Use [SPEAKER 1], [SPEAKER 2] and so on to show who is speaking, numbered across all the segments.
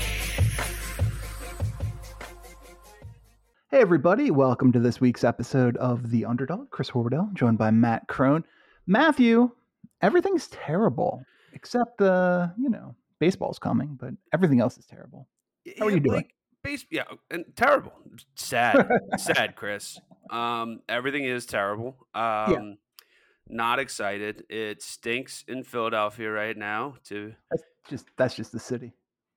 [SPEAKER 1] Hey, everybody, welcome to this week's episode of The Underdog. Chris Horwoodell, joined by Matt Crone. Matthew, everything's terrible except the, you know, baseball's coming, but everything else is terrible. How are
[SPEAKER 2] Yeah,
[SPEAKER 1] you doing?
[SPEAKER 2] like, base, yeah, and terrible, sad, sad, Chris. Um, everything is terrible. Um, not excited. It stinks in Philadelphia right now. To
[SPEAKER 1] That's just that's just the city.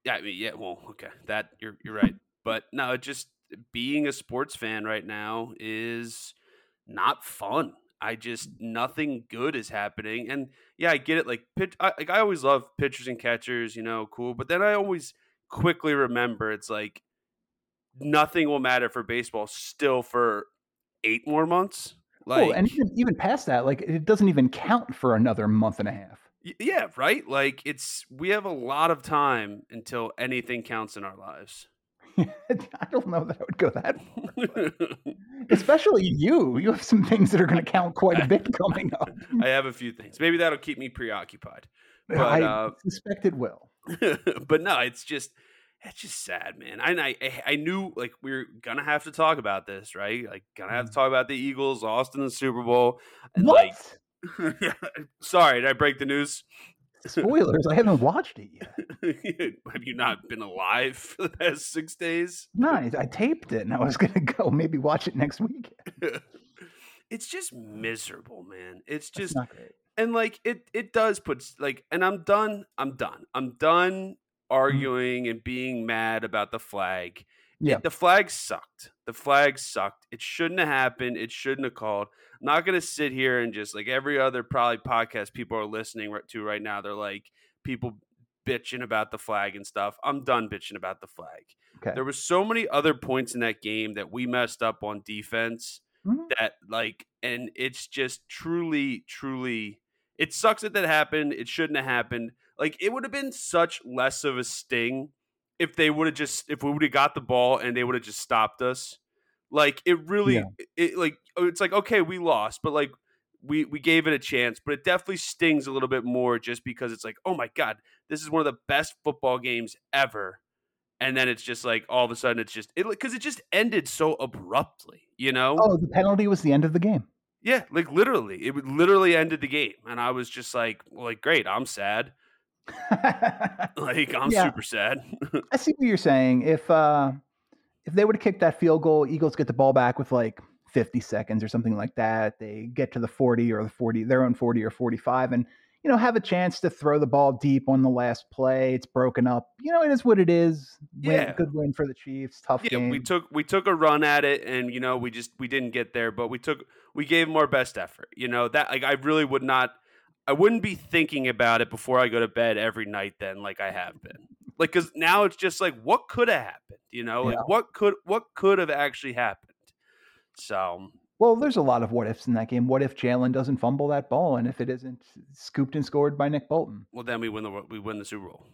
[SPEAKER 2] yeah, I mean, yeah. Well, okay, that you're you're right, but no, it just being a sports fan right now is not fun. I just nothing good is happening, and yeah, I get it. Like, pitch, I, like I always love pitchers and catchers, you know, cool. But then I always quickly remember it's like nothing will matter for baseball still for eight more months. Like,
[SPEAKER 1] oh, and even, even past that, like it doesn't even count for another month and a half.
[SPEAKER 2] Y- yeah, right. Like, it's we have a lot of time until anything counts in our lives.
[SPEAKER 1] I don't know that I would go that far. Especially you. You have some things that are going to count quite a bit coming up.
[SPEAKER 2] I have a few things. Maybe that'll keep me preoccupied. But
[SPEAKER 1] I
[SPEAKER 2] uh,
[SPEAKER 1] suspect it will.
[SPEAKER 2] but no, it's just it's just sad, man. I, I I- I knew like we were gonna have to talk about this, right? Like gonna have to talk about the Eagles lost in the Super Bowl. And
[SPEAKER 1] What?
[SPEAKER 2] like sorry, did I break the news?
[SPEAKER 1] Spoilers. I haven't watched it yet.
[SPEAKER 2] have you not been alive for the past six days?
[SPEAKER 1] Nice. I taped it and I was going to go maybe watch it next week.
[SPEAKER 2] It's just miserable, man. It's
[SPEAKER 1] It's
[SPEAKER 2] just
[SPEAKER 1] not great.
[SPEAKER 2] and like it it does put s- like and i'm done i'm done i'm done
[SPEAKER 1] Mm-hmm.
[SPEAKER 2] arguing and being mad about the flag It-
[SPEAKER 1] Yeah.
[SPEAKER 2] the flag sucked the flag sucked it shouldn't have happened it shouldn't have called i'm not gonna sit here and just like every other probably podcast people are listening right- to right now they're like people bitching about the flag and stuff i'm done bitching about the flag
[SPEAKER 1] Okay.
[SPEAKER 2] there was so many other points in that game that we messed up on defense
[SPEAKER 1] Mhm.
[SPEAKER 2] that like and it's just truly truly it sucks that that happened it shouldn't have happened like it would have been such less of a sting if they would have just if we would have got the ball and they would have just stopped us like it really
[SPEAKER 1] Yeah.
[SPEAKER 2] it like oh, it's like okay we lost but like we we gave it a chance but it definitely stings a little bit more just because it's like oh my god this is one of the best football games ever and then it's just like all of a sudden it's just it because it just ended so abruptly you know
[SPEAKER 1] Oh, the penalty was the end of the game.
[SPEAKER 2] yeah like literally it would- literally ended the game and i was just like well, like great i'm sad
[SPEAKER 1] I
[SPEAKER 2] like i'm
[SPEAKER 1] Yeah.
[SPEAKER 2] super sad
[SPEAKER 1] see what you're saying. If uh, if they would have kicked that field goal, Eagles get the ball back with like 50 seconds or something like that. They get to the 40 or the 40, their own 40 or 45, and you know have a chance to throw the ball deep on the last play. It's broken up. You know, it is what it is. Win,
[SPEAKER 2] Yeah.
[SPEAKER 1] good win for the Chiefs. Tough
[SPEAKER 2] yeah
[SPEAKER 1] game.
[SPEAKER 2] we took we took a run at it and you know we just we didn't get there but we took we gave them our best effort you know that like i really would not i wouldn't be thinking about it before i go to bed every night then like i have been like because now it's just like what could have happened you know like
[SPEAKER 1] Yeah.
[SPEAKER 2] what could what could have actually happened so
[SPEAKER 1] Well, there's a lot of what ifs in that game. What if Jalen doesn't fumble that ball, and if it isn't scooped and scored by Nick Bolton?
[SPEAKER 2] well then we win the wo- we win the super bowl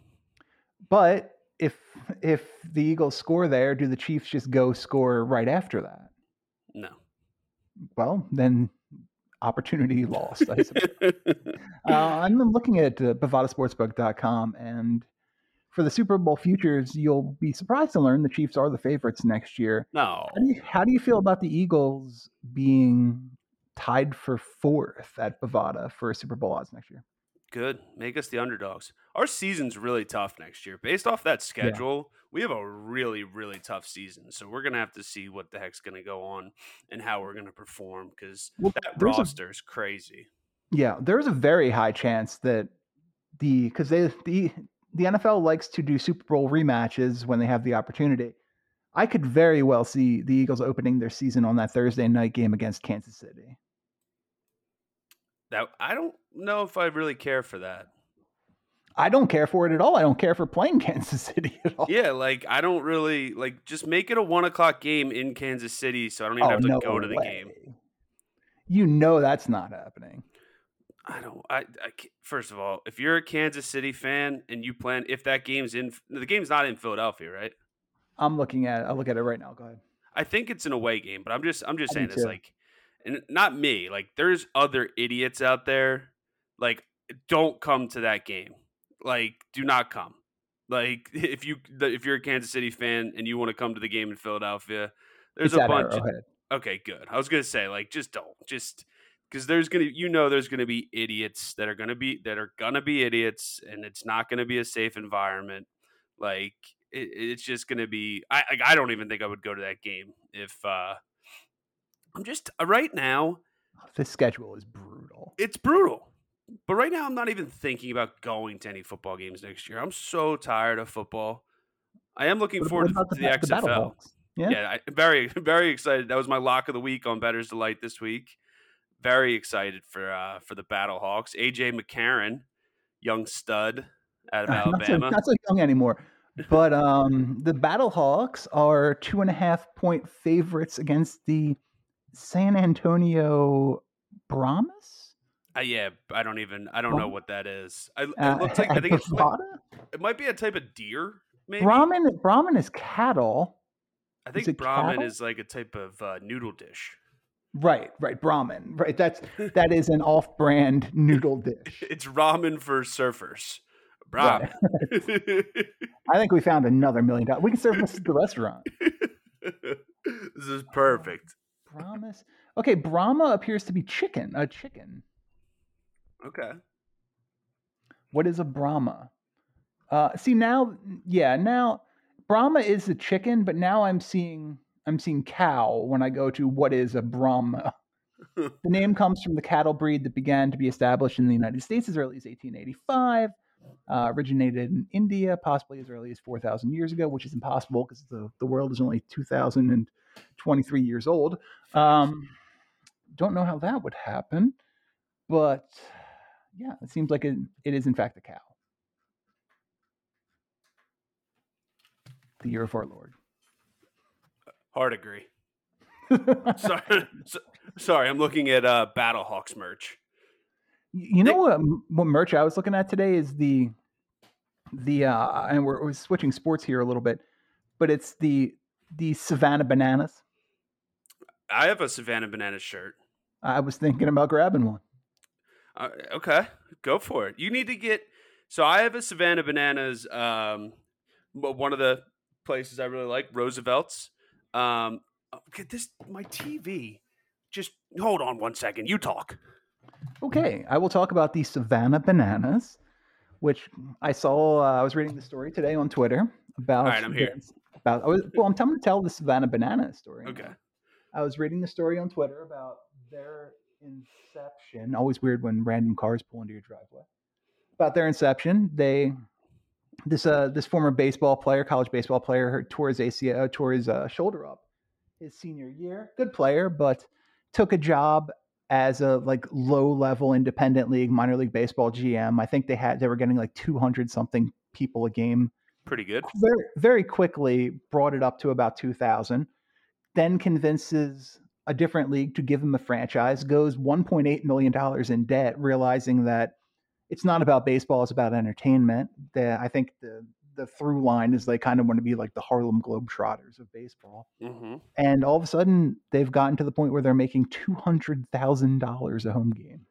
[SPEAKER 1] But if if the Eagles score there, do the Chiefs just go score right after that?
[SPEAKER 2] no
[SPEAKER 1] Well, then opportunity lost. I suppose. uh, I'm looking at uh, BovadaSportsbook.com, and for the Super Bowl futures, you'll be surprised to learn the Chiefs are the favorites next year.
[SPEAKER 2] no
[SPEAKER 1] How do you, how do you feel about the Eagles being tied for fourth at Bovada for Super Bowl odds next year?
[SPEAKER 2] Good. Make us the underdogs. Our season's really tough next year. Based off that schedule, we have a really, really tough season. So we're going to have to see what the heck's going to go on and how we're going to perform because
[SPEAKER 1] Well,
[SPEAKER 2] that
[SPEAKER 1] there's a-
[SPEAKER 2] roster is crazy.
[SPEAKER 1] Yeah, there's a very high chance that the because they the the NFL likes to do Super Bowl rematches when they have the opportunity. I could very well see the Eagles opening their season on that Thursday night game against Kansas City.
[SPEAKER 2] That I don't know if I really care for that.
[SPEAKER 1] I don't care for it at all. I don't care for playing Kansas City at all.
[SPEAKER 2] Yeah, like I don't really like just make it a one o'clock game in Kansas City, so I don't even
[SPEAKER 1] Oh,
[SPEAKER 2] have to
[SPEAKER 1] no
[SPEAKER 2] go to the
[SPEAKER 1] way.
[SPEAKER 2] game.
[SPEAKER 1] You know that's not happening.
[SPEAKER 2] I don't. I, I ca- first of all, if you're a Kansas City fan and you plan if that game's in the game's not in Philadelphia, right?
[SPEAKER 1] I'm looking at. it. I'll look at it right now. Go ahead.
[SPEAKER 2] I think it's an away game, but I'm just I'm just
[SPEAKER 1] I do
[SPEAKER 2] saying this
[SPEAKER 1] too.
[SPEAKER 2] like, and not me. Like there's other idiots out there. Like don't come to that game. Like do not come. Like if you if you're a Kansas City fan and you want to come to the game in Philadelphia, there's
[SPEAKER 1] It's
[SPEAKER 2] a
[SPEAKER 1] at oh,
[SPEAKER 2] bunch.
[SPEAKER 1] Arrowhead.
[SPEAKER 2] okay, good. I was gonna say like just don't just because there's gonna you know there's gonna be idiots that are gonna be that are gonna be idiots and it's not gonna be a safe environment. Like it, it's just gonna be. I like, I don't even think I would go to that game if uh I'm just uh, right now.
[SPEAKER 1] The schedule is brutal.
[SPEAKER 2] It's brutal. But right now, I'm not even thinking about going to any football games next year. I'm so tired of football. I am looking
[SPEAKER 1] What-
[SPEAKER 2] forward
[SPEAKER 1] what about
[SPEAKER 2] to the,
[SPEAKER 1] ba-
[SPEAKER 2] XFL.
[SPEAKER 1] Battle Hawks? Yeah.
[SPEAKER 2] Yeah, I, very very excited. That was my lock of the week on Better's Delight this week. Very excited for uh, for the Battle Hawks. AJ McCarron, young stud out of
[SPEAKER 1] Not so,
[SPEAKER 2] Alabama.
[SPEAKER 1] not so young anymore. But um, the Battle Hawks are two and a half point favorites against the San Antonio Brahmas.
[SPEAKER 2] Uh, yeah, I don't even I don't know what that is. I,
[SPEAKER 1] Uh,
[SPEAKER 2] it looks like I
[SPEAKER 1] at
[SPEAKER 2] think it's, like-
[SPEAKER 1] Bovada?
[SPEAKER 2] it might be a type of deer. Maybe
[SPEAKER 1] Brahmin. Brahmin is cattle.
[SPEAKER 2] I
[SPEAKER 1] it
[SPEAKER 2] think Brahman
[SPEAKER 1] cattle?
[SPEAKER 2] is like a type of uh, noodle dish.
[SPEAKER 1] Right, right, Brahmin. Right, that's that is an off-brand noodle dish.
[SPEAKER 2] It's ramen for surfers.
[SPEAKER 1] Right.
[SPEAKER 2] Ramen.
[SPEAKER 1] I think we found another million dollars. We can serve this at the restaurant.
[SPEAKER 2] this is perfect.
[SPEAKER 1] Brahmas. Okay, Brahma appears to be chicken. A chicken.
[SPEAKER 2] Okay.
[SPEAKER 1] What is a Brahma? Uh, see now, yeah, now Brahma is a chicken, but now I'm seeing I'm seeing cow when I go to what is a Brahma. the name comes from the cattle breed that began to be established in the United States as early as 1885, uh, originated in India, possibly as early as 4,000 years ago, which is impossible because the, the world is only 2,023 years old. Um, don't know how that would happen, but yeah, it seems like it, it is in fact a cow. The year of our Lord.
[SPEAKER 2] Hard agree. sorry, so- sorry, I'm looking at uh, Battlehawks merch.
[SPEAKER 1] Y- You know
[SPEAKER 2] They-
[SPEAKER 1] what, m- what merch I was looking at today is the the uh and we're, we're switching sports here a little bit, but it's the the Savannah bananas.
[SPEAKER 2] I have a Savannah Banana shirt.
[SPEAKER 1] I was thinking about grabbing one.
[SPEAKER 2] Uh, okay, go for it. You need to get. So I have a Savannah Bananas. Um, w- one of the places I really like Roosevelt's. Um, oh, get this. My TV. Just hold on one second. You talk.
[SPEAKER 1] Okay, I will talk about the Savannah bananas, which I saw. Uh, I was reading the story today on Twitter about.
[SPEAKER 2] right, I'm here.
[SPEAKER 1] the- About I was, well, I'm trying to tell the Savannah banana story. now.
[SPEAKER 2] Okay.
[SPEAKER 1] I was reading the story on Twitter about their inception. Always weird when random cars pull into your driveway. About their inception, they this uh this former baseball player, college baseball player, tore his ACL, tore his uh, shoulder up his senior year. Good player, but took a job as a like low level independent league minor league baseball GM. I think they had they were getting like two hundred something people a game
[SPEAKER 2] Pretty good.
[SPEAKER 1] very, very quickly brought it up to about 2000 then convinces a different league to give him a franchise goes 1.8 million dollars in debt realizing that it's not about baseball it's about entertainment the, i think the the through line is they kind of want to be like the harlem globetrotters of baseball
[SPEAKER 2] Mm-hmm.
[SPEAKER 1] and all of a sudden they've gotten to the point where they're making $200000 a home game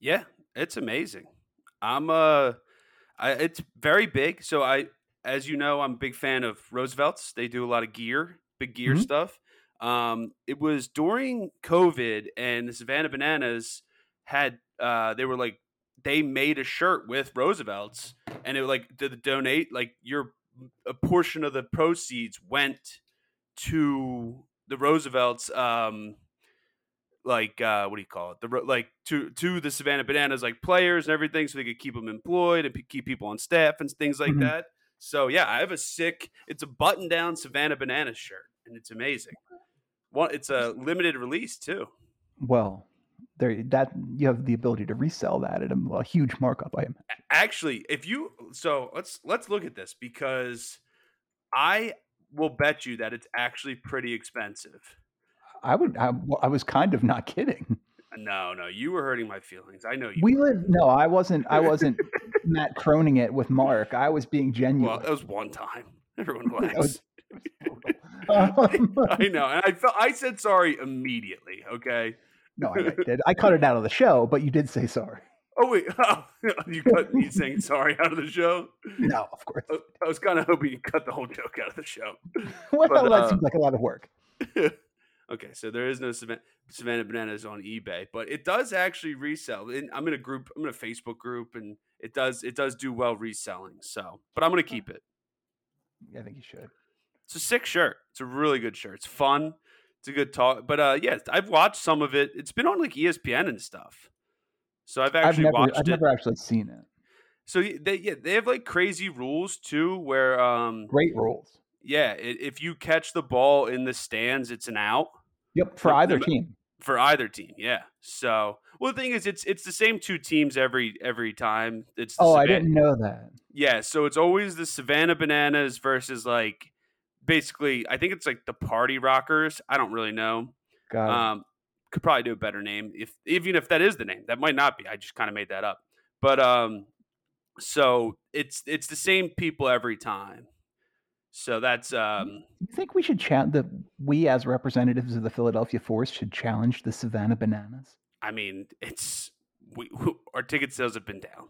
[SPEAKER 2] Yeah, it's amazing. I'm uh I, it's very big. So I as you know, I'm a big fan of Roosevelt's. They do a lot of gear, big gear
[SPEAKER 1] Mhm.
[SPEAKER 2] stuff. Um it was during COVID and the Savannah Bananas had uh they were like they made a shirt with Roosevelt's and it like did donate like your a portion of the proceeds went to the Roosevelt's um like uh, what do you call it? The ro- like to to the Savannah Bananas like players and everything, so they could keep them employed and p- keep people on staff and things like
[SPEAKER 1] Mhm.
[SPEAKER 2] that. So yeah, I have a sick. It's a button down Savannah Banana shirt, and it's amazing. One, it's a limited release too.
[SPEAKER 1] well there that you have the ability to resell that at a, a huge markup. I am
[SPEAKER 2] Actually, if you so let's let's look at this because I will bet you that it's actually pretty expensive.
[SPEAKER 1] I would I, I was kind of not kidding.
[SPEAKER 2] No, no, you were hurting my feelings. I know you.
[SPEAKER 1] We live no, I wasn't I wasn't Matt Croning it with Mark. I was being genuine.
[SPEAKER 2] well, that was one time. Everyone relax.
[SPEAKER 1] was- Um,
[SPEAKER 2] I know, and I felt I said sorry immediately. Okay.
[SPEAKER 1] no, I did. I cut it out of the show, but you did say sorry.
[SPEAKER 2] Oh wait, you cut me saying sorry out of the show.
[SPEAKER 1] No, of course.
[SPEAKER 2] I- I was kind of hoping you cut the whole joke out of the show.
[SPEAKER 1] Well,
[SPEAKER 2] but,
[SPEAKER 1] that
[SPEAKER 2] uh,
[SPEAKER 1] seems like a lot of work.
[SPEAKER 2] Okay, so there is no Savannah, Savannah bananas on eBay, but it does actually resell. And I'm in a group, I'm in a Facebook group, and it does it does do well reselling. So, but I'm gonna keep it.
[SPEAKER 1] I think you should.
[SPEAKER 2] It's a sick shirt. It's a really good shirt. It's fun. It's a good talk. But uh, yeah, I've watched some of it. It's been on like E ESPN and stuff. So I've
[SPEAKER 1] I've
[SPEAKER 2] actually
[SPEAKER 1] never
[SPEAKER 2] watched
[SPEAKER 1] I've
[SPEAKER 2] it.
[SPEAKER 1] never actually seen it.
[SPEAKER 2] So y- they yeah they have like crazy rules too, where um
[SPEAKER 1] Great rules.
[SPEAKER 2] yeah i- if you catch the ball in the stands, it's an out.
[SPEAKER 1] Yep, for
[SPEAKER 2] Yep,
[SPEAKER 1] either
[SPEAKER 2] no-
[SPEAKER 1] team.
[SPEAKER 2] for either team. Yeah. So, well, the thing is, it's it's the same two teams every every time. It's the
[SPEAKER 1] Oh, I
[SPEAKER 2] Savan-
[SPEAKER 1] didn't know that.
[SPEAKER 2] Yeah. So it's always the Savannah Bananas versus like basically, I think it's like the Party Rockers. I don't really know.
[SPEAKER 1] Got it.
[SPEAKER 2] Um, could probably do a better name if even if that is the name. That might not be. I just kind of made that up. But um, so it's it's the same people every time. So that's um.
[SPEAKER 1] You think we should challenge that we as representatives of the Philadelphia Force should challenge the Savannah Bananas?
[SPEAKER 2] I mean, it's we our ticket sales have been down.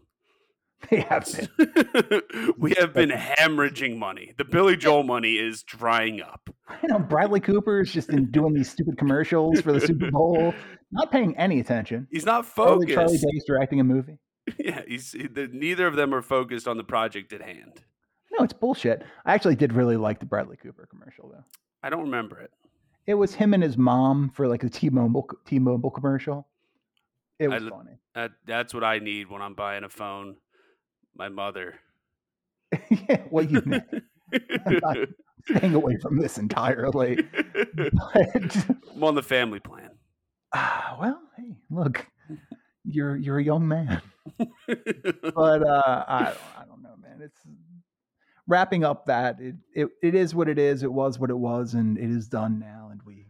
[SPEAKER 1] They have been.
[SPEAKER 2] we have been hemorrhaging money. The Billy Joel money is drying up.
[SPEAKER 1] I know Bradley Cooper is just in doing these stupid commercials for the Super Bowl, not paying any attention.
[SPEAKER 2] He's not
[SPEAKER 1] Charlie- Charlie
[SPEAKER 2] focused.
[SPEAKER 1] Day's directing a movie.
[SPEAKER 2] Yeah, he's he- the, neither of them are focused on the project at hand.
[SPEAKER 1] No, it's bullshit. I actually did really like the Bradley Cooper commercial though.
[SPEAKER 2] I don't remember it.
[SPEAKER 1] It was him and his mom for like the T-Mobile T-Mobile commercial. It
[SPEAKER 2] I
[SPEAKER 1] was
[SPEAKER 2] li-
[SPEAKER 1] funny.
[SPEAKER 2] That, that's what I need when I'm buying a phone. My mother.
[SPEAKER 1] yeah, well, you know, staying away from this entirely. But
[SPEAKER 2] I'm on the family plan.
[SPEAKER 1] Ah, well, hey, look, you're you're a young man, but uh, I don't, I don't know, man. It's wrapping up that it, it it is what it is. It was what it was, and it is done now. And we,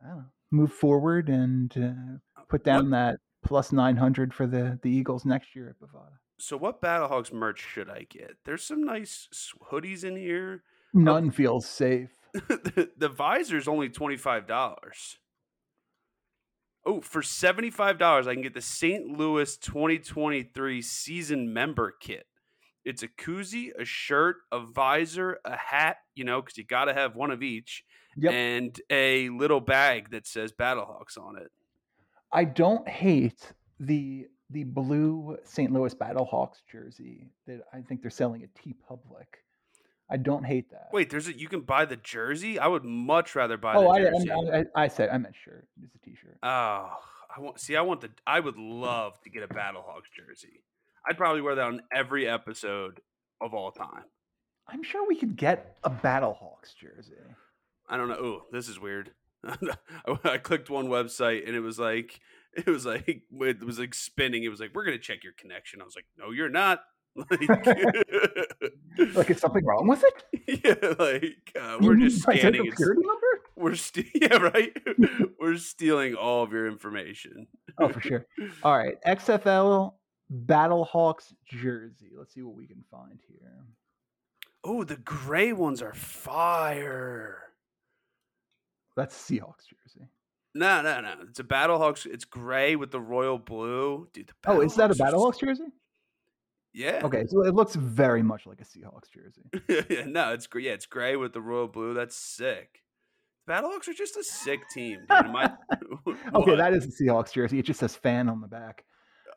[SPEAKER 1] I don't know, move forward and uh, put down that plus nine hundred for the the Eagles next year at Bovada.
[SPEAKER 2] so, what Battlehawks merch should I get? There's some nice s- hoodies in here.
[SPEAKER 1] None feels safe.
[SPEAKER 2] the, the visor's only twenty five dollars. Oh, for seventy five dollars, I can get the St. Louis twenty twenty three season member kit. It's a koozie, a shirt, a visor, a hat. You know, because you got to have one of each,
[SPEAKER 1] Yep.
[SPEAKER 2] and a little bag that says Battlehawks on it.
[SPEAKER 1] I don't hate the the blue St. Louis Battlehawks jersey that I think they're selling at T Public. I don't hate that.
[SPEAKER 2] Wait, there's a you can buy the jersey. I would much rather buy
[SPEAKER 1] oh,
[SPEAKER 2] the
[SPEAKER 1] I,
[SPEAKER 2] jersey.
[SPEAKER 1] I, I, I said I meant shirt. It's a T-shirt.
[SPEAKER 2] oh, I want see. I want the. I would love to get a Battlehawks jersey. I'd probably wear that on every episode of all time.
[SPEAKER 1] I'm sure we could get a Battlehawks jersey.
[SPEAKER 2] I don't know. Ooh, this is weird. I I clicked one website and it was like it was like it was like spinning. It was like we're gonna check your connection. I was like, no, you're not. Like,
[SPEAKER 1] Like, is something wrong with it?
[SPEAKER 2] yeah, like uh,
[SPEAKER 1] You
[SPEAKER 2] we're
[SPEAKER 1] need
[SPEAKER 2] just
[SPEAKER 1] my social
[SPEAKER 2] scanning. It's,
[SPEAKER 1] security number?
[SPEAKER 2] we're ste- yeah, right. we're stealing all of your information.
[SPEAKER 1] Oh, for sure. All right, XFL Battlehawks jersey. Let's see what we can find here.
[SPEAKER 2] Oh, the gray ones are fire.
[SPEAKER 1] That's Seahawks jersey.
[SPEAKER 2] No, no, no. It's a Battlehawks. It's gray with the royal blue. Dude, the
[SPEAKER 1] Oh, is that a
[SPEAKER 2] Battlehawks are s-
[SPEAKER 1] Battlehawks jersey?
[SPEAKER 2] Yeah.
[SPEAKER 1] Okay, so it looks very much like a Seahawks jersey.
[SPEAKER 2] yeah, no, it's gr- yeah, it's gray with the royal blue. That's sick. Battlehawks are just a sick team. Dude. Am I-
[SPEAKER 1] Okay,
[SPEAKER 2] What?
[SPEAKER 1] that is a Seahawks jersey. It just says fan on the back.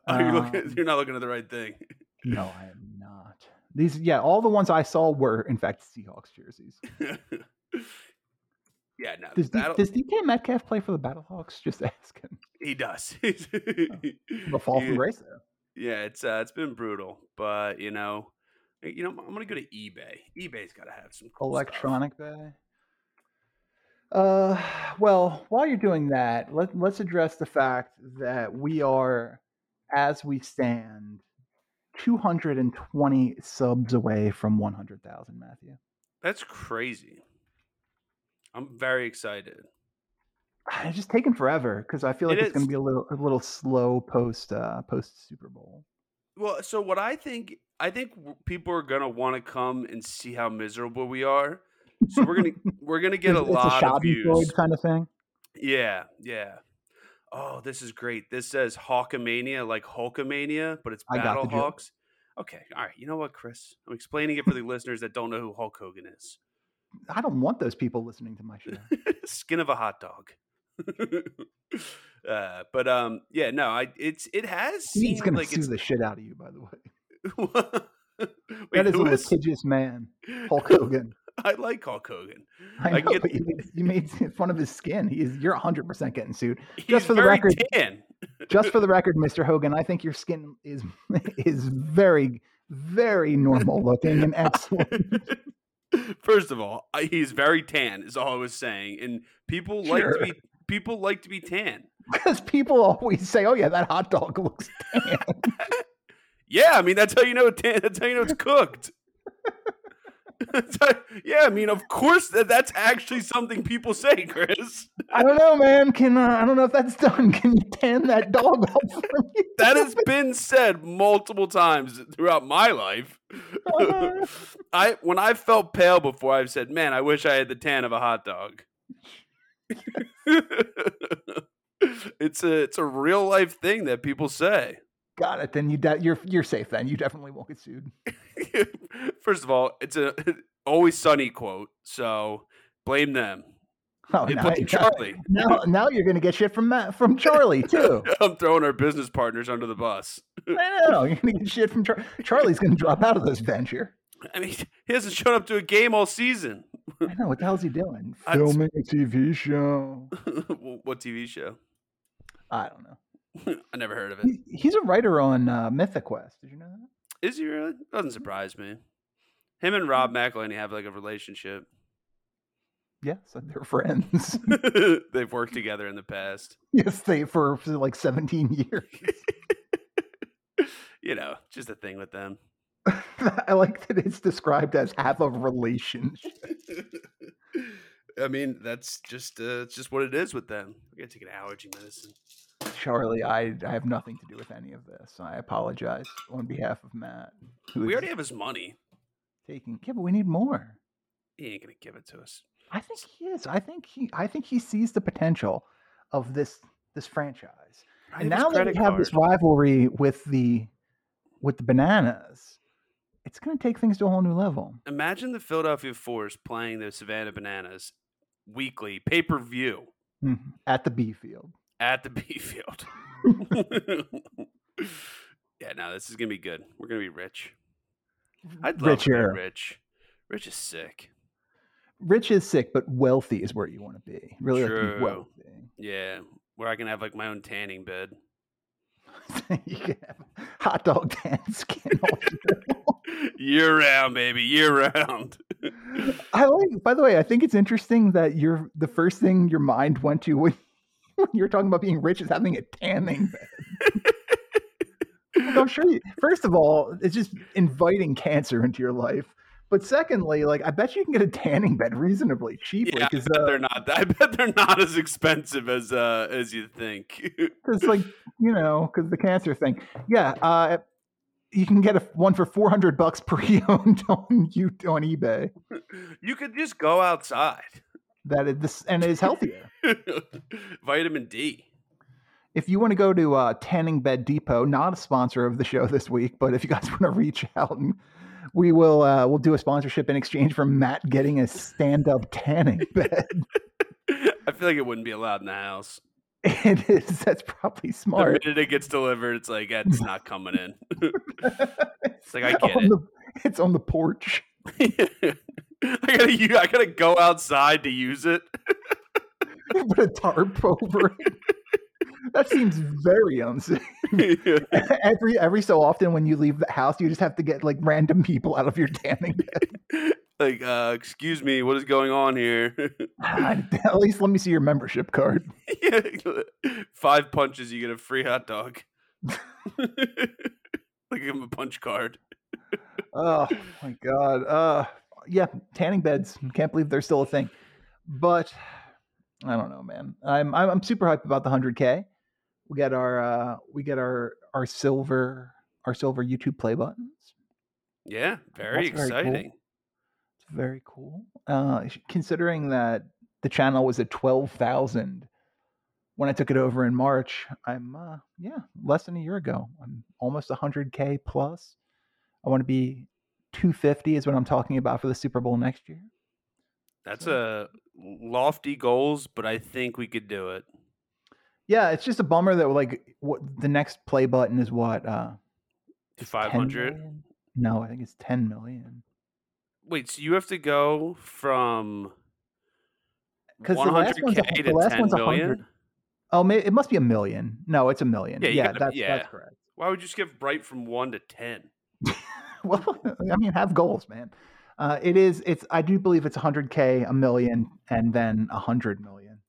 [SPEAKER 2] Are you looking-
[SPEAKER 1] um,
[SPEAKER 2] you're not looking at the right thing.
[SPEAKER 1] No, I am not. These, yeah, all the ones I saw were, in fact, Seahawks jerseys.
[SPEAKER 2] yeah, no.
[SPEAKER 1] Does, D-
[SPEAKER 2] Battle-
[SPEAKER 1] does DK Metcalf play for the Battlehawks? Just asking.
[SPEAKER 2] he does.
[SPEAKER 1] The fall
[SPEAKER 2] Yeah.
[SPEAKER 1] from grace there.
[SPEAKER 2] Yeah, it's uh, it's been brutal, but you know, you know, I'm gonna go to eBay. eBay's got to have some cool stuff.
[SPEAKER 1] Electronic Bay. Uh, well, while you're doing that, let, let's address the fact that we are, as we stand, 220 subs away from 100,000, Matthew.
[SPEAKER 2] That's crazy. I'm very excited.
[SPEAKER 1] It's just taking forever because I feel like
[SPEAKER 2] It
[SPEAKER 1] it's going
[SPEAKER 2] is.
[SPEAKER 1] to be a little a little slow post uh, post Super Bowl.
[SPEAKER 2] Well, so what I think, I think w- people are gonna want to come and see how miserable we are. So we're gonna we're gonna get a
[SPEAKER 1] It's- it's
[SPEAKER 2] lot of
[SPEAKER 1] Schadenfreude
[SPEAKER 2] views.
[SPEAKER 1] kind of thing.
[SPEAKER 2] Yeah, yeah. Oh, this is great. This says Hawkamania, like Hulkamania, but it's
[SPEAKER 1] I got the
[SPEAKER 2] Battle
[SPEAKER 1] joke.
[SPEAKER 2] Hawks. Okay, all right. You know what, Chris? I'm explaining it for the listeners that don't know who Hulk Hogan is.
[SPEAKER 1] I don't want those people listening to my show.
[SPEAKER 2] Skin of a hot dog. uh, but um, yeah, no, I it's it has
[SPEAKER 1] He's
[SPEAKER 2] seemed
[SPEAKER 1] going
[SPEAKER 2] like
[SPEAKER 1] to sue
[SPEAKER 2] it's
[SPEAKER 1] the shit out of you, by the way.
[SPEAKER 2] Wait,
[SPEAKER 1] that is a
[SPEAKER 2] who is-
[SPEAKER 1] litigious man, Hulk Hogan.
[SPEAKER 2] I like Hulk Hogan.
[SPEAKER 1] I know,
[SPEAKER 2] I get-
[SPEAKER 1] but you made, you made fun of his skin. He is, you're 100% getting sued.
[SPEAKER 2] He's
[SPEAKER 1] for the
[SPEAKER 2] very
[SPEAKER 1] record-
[SPEAKER 2] tan.
[SPEAKER 1] Just for the record, Mr. Hogan, I think your skin is is very, very normal looking and excellent.
[SPEAKER 2] First of all, I- he's very tan. Is all I was saying, and people like
[SPEAKER 1] Sure.
[SPEAKER 2] to be people like to be tan.
[SPEAKER 1] Because people always say, oh, yeah, that hot dog looks tan.
[SPEAKER 2] Yeah, I mean that's how you know tan, that's how you know it's cooked. That's how- yeah, I mean of course that, that's actually something people say, Chris.
[SPEAKER 1] I don't know, man. Can uh, I don't know if that's done. Can you tan that dog up for me?
[SPEAKER 2] That has been said multiple times throughout my life. I when I felt pale before, I've said, "Man, I wish I had the tan of a hot dog." it's a it's a real life thing that people say.
[SPEAKER 1] Got it. Then you de- you're you're safe. Then you definitely won't get sued.
[SPEAKER 2] First of all, it's a always sunny quote, so blame them.
[SPEAKER 1] Oh,
[SPEAKER 2] Hey,
[SPEAKER 1] now,
[SPEAKER 2] blame Charlie.
[SPEAKER 1] now, now, now you're gonna get shit from Matt, from Charlie too.
[SPEAKER 2] I'm throwing our business partners under the bus.
[SPEAKER 1] I know you're gonna get shit from Char- Charlie's gonna drop out of this venture.
[SPEAKER 2] I mean, he hasn't shown up to a game all season.
[SPEAKER 1] I know what the hell's he doing?
[SPEAKER 2] I-
[SPEAKER 1] Filming a TV show.
[SPEAKER 2] what TV show?
[SPEAKER 1] I don't know.
[SPEAKER 2] I never heard of it.
[SPEAKER 1] He's, he's a writer on uh, Mythic Quest. Did you know that?
[SPEAKER 2] Is he really? Doesn't surprise me. Him and Rob McElhenney have like a relationship.
[SPEAKER 1] Yes, and they're friends.
[SPEAKER 2] They've worked together in the past.
[SPEAKER 1] yes, they for, for like 17 years.
[SPEAKER 2] You know, just a thing with them.
[SPEAKER 1] I like that it's described as have a relationship.
[SPEAKER 2] I mean, that's just uh, it's just what it is with them. We gotta take an allergy medicine.
[SPEAKER 1] Charlie, I, I have nothing to do with any of this. I apologize on behalf of Matt. Who
[SPEAKER 2] We
[SPEAKER 1] is
[SPEAKER 2] already have his money.
[SPEAKER 1] taking. Yeah, but we need more.
[SPEAKER 2] He ain't gonna give it to us.
[SPEAKER 1] I think he is. I think he. I think he sees the potential of this this franchise.
[SPEAKER 2] I
[SPEAKER 1] And
[SPEAKER 2] have his
[SPEAKER 1] now that we
[SPEAKER 2] credit
[SPEAKER 1] have this
[SPEAKER 2] card.
[SPEAKER 1] rivalry with the with the bananas, it's going to take things to a whole new level.
[SPEAKER 2] imagine the Philadelphia Force playing the Savannah Bananas weekly pay per view
[SPEAKER 1] Mhm. At the B field,
[SPEAKER 2] at the B field. yeah, no, this is gonna be good. We're gonna be rich. I'd love to
[SPEAKER 1] Richer.
[SPEAKER 2] be rich. Rich is sick.
[SPEAKER 1] rich is sick, but wealthy is where you want to be. Really, like to be
[SPEAKER 2] True.
[SPEAKER 1] wealthy.
[SPEAKER 2] Yeah, where I can have like my own tanning bed.
[SPEAKER 1] you can have hot dog tan skin. all year long.
[SPEAKER 2] year round, baby, year round.
[SPEAKER 1] I like. By the way, I think it's interesting that you're the first thing your mind went to when, when you were talking about being rich is having a tanning bed. Like, I'm sure. You, first of all, it's just inviting cancer into your life. But secondly, like I bet you can get a tanning bed reasonably cheaply
[SPEAKER 2] yeah, I
[SPEAKER 1] because uh,
[SPEAKER 2] bet they're not. I bet they're not as expensive as uh as you think.
[SPEAKER 1] like you know because the cancer thing. Yeah, uh, you can get a one for four hundred bucks pre-owned on you on eBay.
[SPEAKER 2] you could just go outside.
[SPEAKER 1] that it, this and it is healthier.
[SPEAKER 2] Vitamin D.
[SPEAKER 1] if you want to go to uh, Tanning Bed Depot, not a sponsor of the show this week, but if you guys want to reach out, and we will uh, we'll do a sponsorship in exchange for Matt getting a stand up tanning bed.
[SPEAKER 2] I feel like it wouldn't be allowed in the house.
[SPEAKER 1] it is that's probably
[SPEAKER 2] The
[SPEAKER 1] smart.
[SPEAKER 2] minute it gets delivered, it's like that's not coming in. it's like I
[SPEAKER 1] On
[SPEAKER 2] get
[SPEAKER 1] the- it's on the porch.
[SPEAKER 2] it. I gotta, u- I gotta go outside to use it.
[SPEAKER 1] Put a tarp over it. That seems very unsafe. Every every so often, when you leave the house, you just have to get like random people out of your tanning bed.
[SPEAKER 2] like, uh, excuse me, what is going on here?
[SPEAKER 1] At least let me see your membership card.
[SPEAKER 2] Yeah, Five punches, you get a free hot dog. like, give him a punch card.
[SPEAKER 1] Oh my god. Uh yeah, tanning beds. Can't believe they're still a thing. But I don't know, man. I'm I'm, I'm super hyped about the 100k. We get our uh we get our our silver our silver YouTube play buttons.
[SPEAKER 2] Yeah, very
[SPEAKER 1] That's very cool.
[SPEAKER 2] exciting.
[SPEAKER 1] It's very cool. Uh sh- considering that the channel was at 12,000 when I took it over in March, I'm uh yeah, less than a year ago. I'm almost 100k plus. I want to be 250 is what I'm talking about for the Super Bowl next year.
[SPEAKER 2] That's
[SPEAKER 1] So-
[SPEAKER 2] a lofty goals, but I think we could do it.
[SPEAKER 1] Yeah, it's just a bummer that like what the next play button is what uh is 10
[SPEAKER 2] 500?
[SPEAKER 1] million? No, I think it's 10 million.
[SPEAKER 2] Wait, so you have to go from
[SPEAKER 1] 'Cause the last one's a
[SPEAKER 2] 100k
[SPEAKER 1] hun-
[SPEAKER 2] to
[SPEAKER 1] the last
[SPEAKER 2] 10
[SPEAKER 1] one's a
[SPEAKER 2] million?
[SPEAKER 1] hundred. Oh, may it must be a million. No, it's a million.
[SPEAKER 2] Yeah,
[SPEAKER 1] Yeah,
[SPEAKER 2] you gotta-
[SPEAKER 1] that's
[SPEAKER 2] yeah.
[SPEAKER 1] that's correct.
[SPEAKER 2] Why would you skip right from one to ten?
[SPEAKER 1] well, I mean, have goals, man. Uh, it is. It's. I do believe it's 100k, a million, and then 100 million.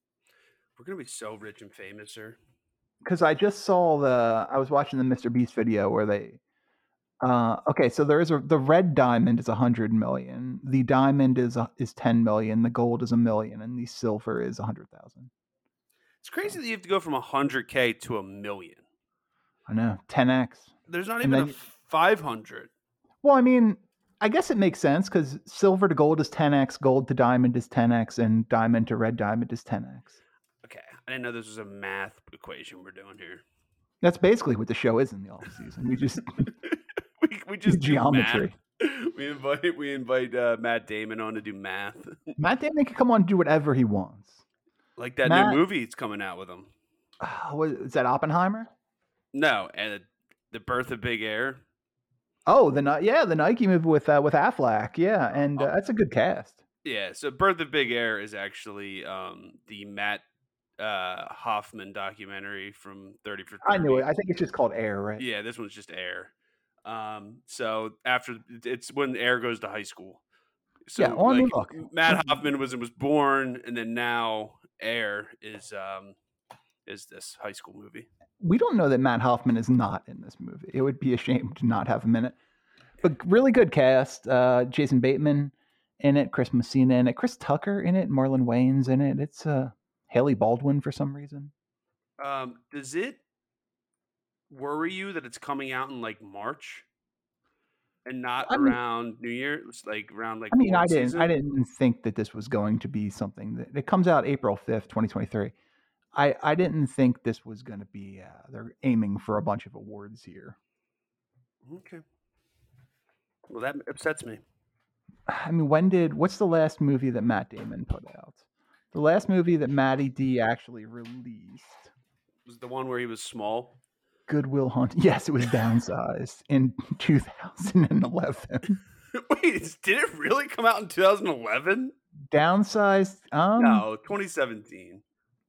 [SPEAKER 2] We're gonna be so rich and famous, sir.
[SPEAKER 1] because I just saw the I was watching the Mr. Beast video where they uh okay so there is a the red diamond is a hundred million the diamond is a, is ten million the gold is a million and the silver is a hundred thousand
[SPEAKER 2] It's crazy
[SPEAKER 1] Oh.
[SPEAKER 2] that you have to go from 100k to a million.
[SPEAKER 1] I know ten x
[SPEAKER 2] There's not
[SPEAKER 1] And
[SPEAKER 2] even a
[SPEAKER 1] then you-
[SPEAKER 2] 500.
[SPEAKER 1] well I mean I guess it makes sense because silver to gold is ten x gold to diamond is ten x and diamond to red diamond is ten x
[SPEAKER 2] Okay, I didn't know this was a math equation we're doing here.
[SPEAKER 1] that's basically what the show is in the off season we just
[SPEAKER 2] We, we just do math.
[SPEAKER 1] geometry
[SPEAKER 2] We invite we invite uh, Matt Damon on to do math,
[SPEAKER 1] Matt Damon can come on and do whatever he wants
[SPEAKER 2] like that
[SPEAKER 1] Matt-
[SPEAKER 2] new movie it's coming out with him.
[SPEAKER 1] uh, what, is that Oppenheimer
[SPEAKER 2] No, and the birth of Big Air.
[SPEAKER 1] Oh, the Ni- yeah, the Nike move with uh, with Affleck, yeah, and uh,
[SPEAKER 2] Oh.
[SPEAKER 1] that's a good cast.
[SPEAKER 2] Yeah, so Birth of Big Air is actually um, the Matt uh, Hoffman documentary from Thirty for. 30.
[SPEAKER 1] I knew it. I think it's just called Air, right?
[SPEAKER 2] Yeah, this one's just Air. Um, so after it's when Air goes to high school. So
[SPEAKER 1] Yeah, on the
[SPEAKER 2] like,
[SPEAKER 1] look.
[SPEAKER 2] Matt Hoffman was was born, and then now Air is um, is this high school movie.
[SPEAKER 1] We don't know that Matt Hoffman is not in this movie. It would be a shame to not have him in it. But really good cast. Uh, Jason Bateman in it, Chris Messina in it, Chris Tucker in it, Marlon Wayans in it. It's uh, Haley Baldwin for some reason.
[SPEAKER 2] Um, does it worry you that it's coming out in like March and not
[SPEAKER 1] I mean-
[SPEAKER 2] around New Year's, like around like
[SPEAKER 1] I mean, I
[SPEAKER 2] award
[SPEAKER 1] didn't,
[SPEAKER 2] season?
[SPEAKER 1] I didn't think that this was going to be something that it comes out April fifth, twenty twenty three. I, I didn't think this was going to be. Uh, they're aiming for a bunch of awards here.
[SPEAKER 2] Okay. Well, that upsets me.
[SPEAKER 1] I mean, when did what's the last movie that Matt Damon put out? The last movie that Matty D actually released,
[SPEAKER 2] Was the one where he was small?
[SPEAKER 1] Goodwill Hunting. Yes, it was downsized in 2011.
[SPEAKER 2] Wait, it's- did it really come out in 2011?
[SPEAKER 1] downsized. Um,
[SPEAKER 2] no, 2017.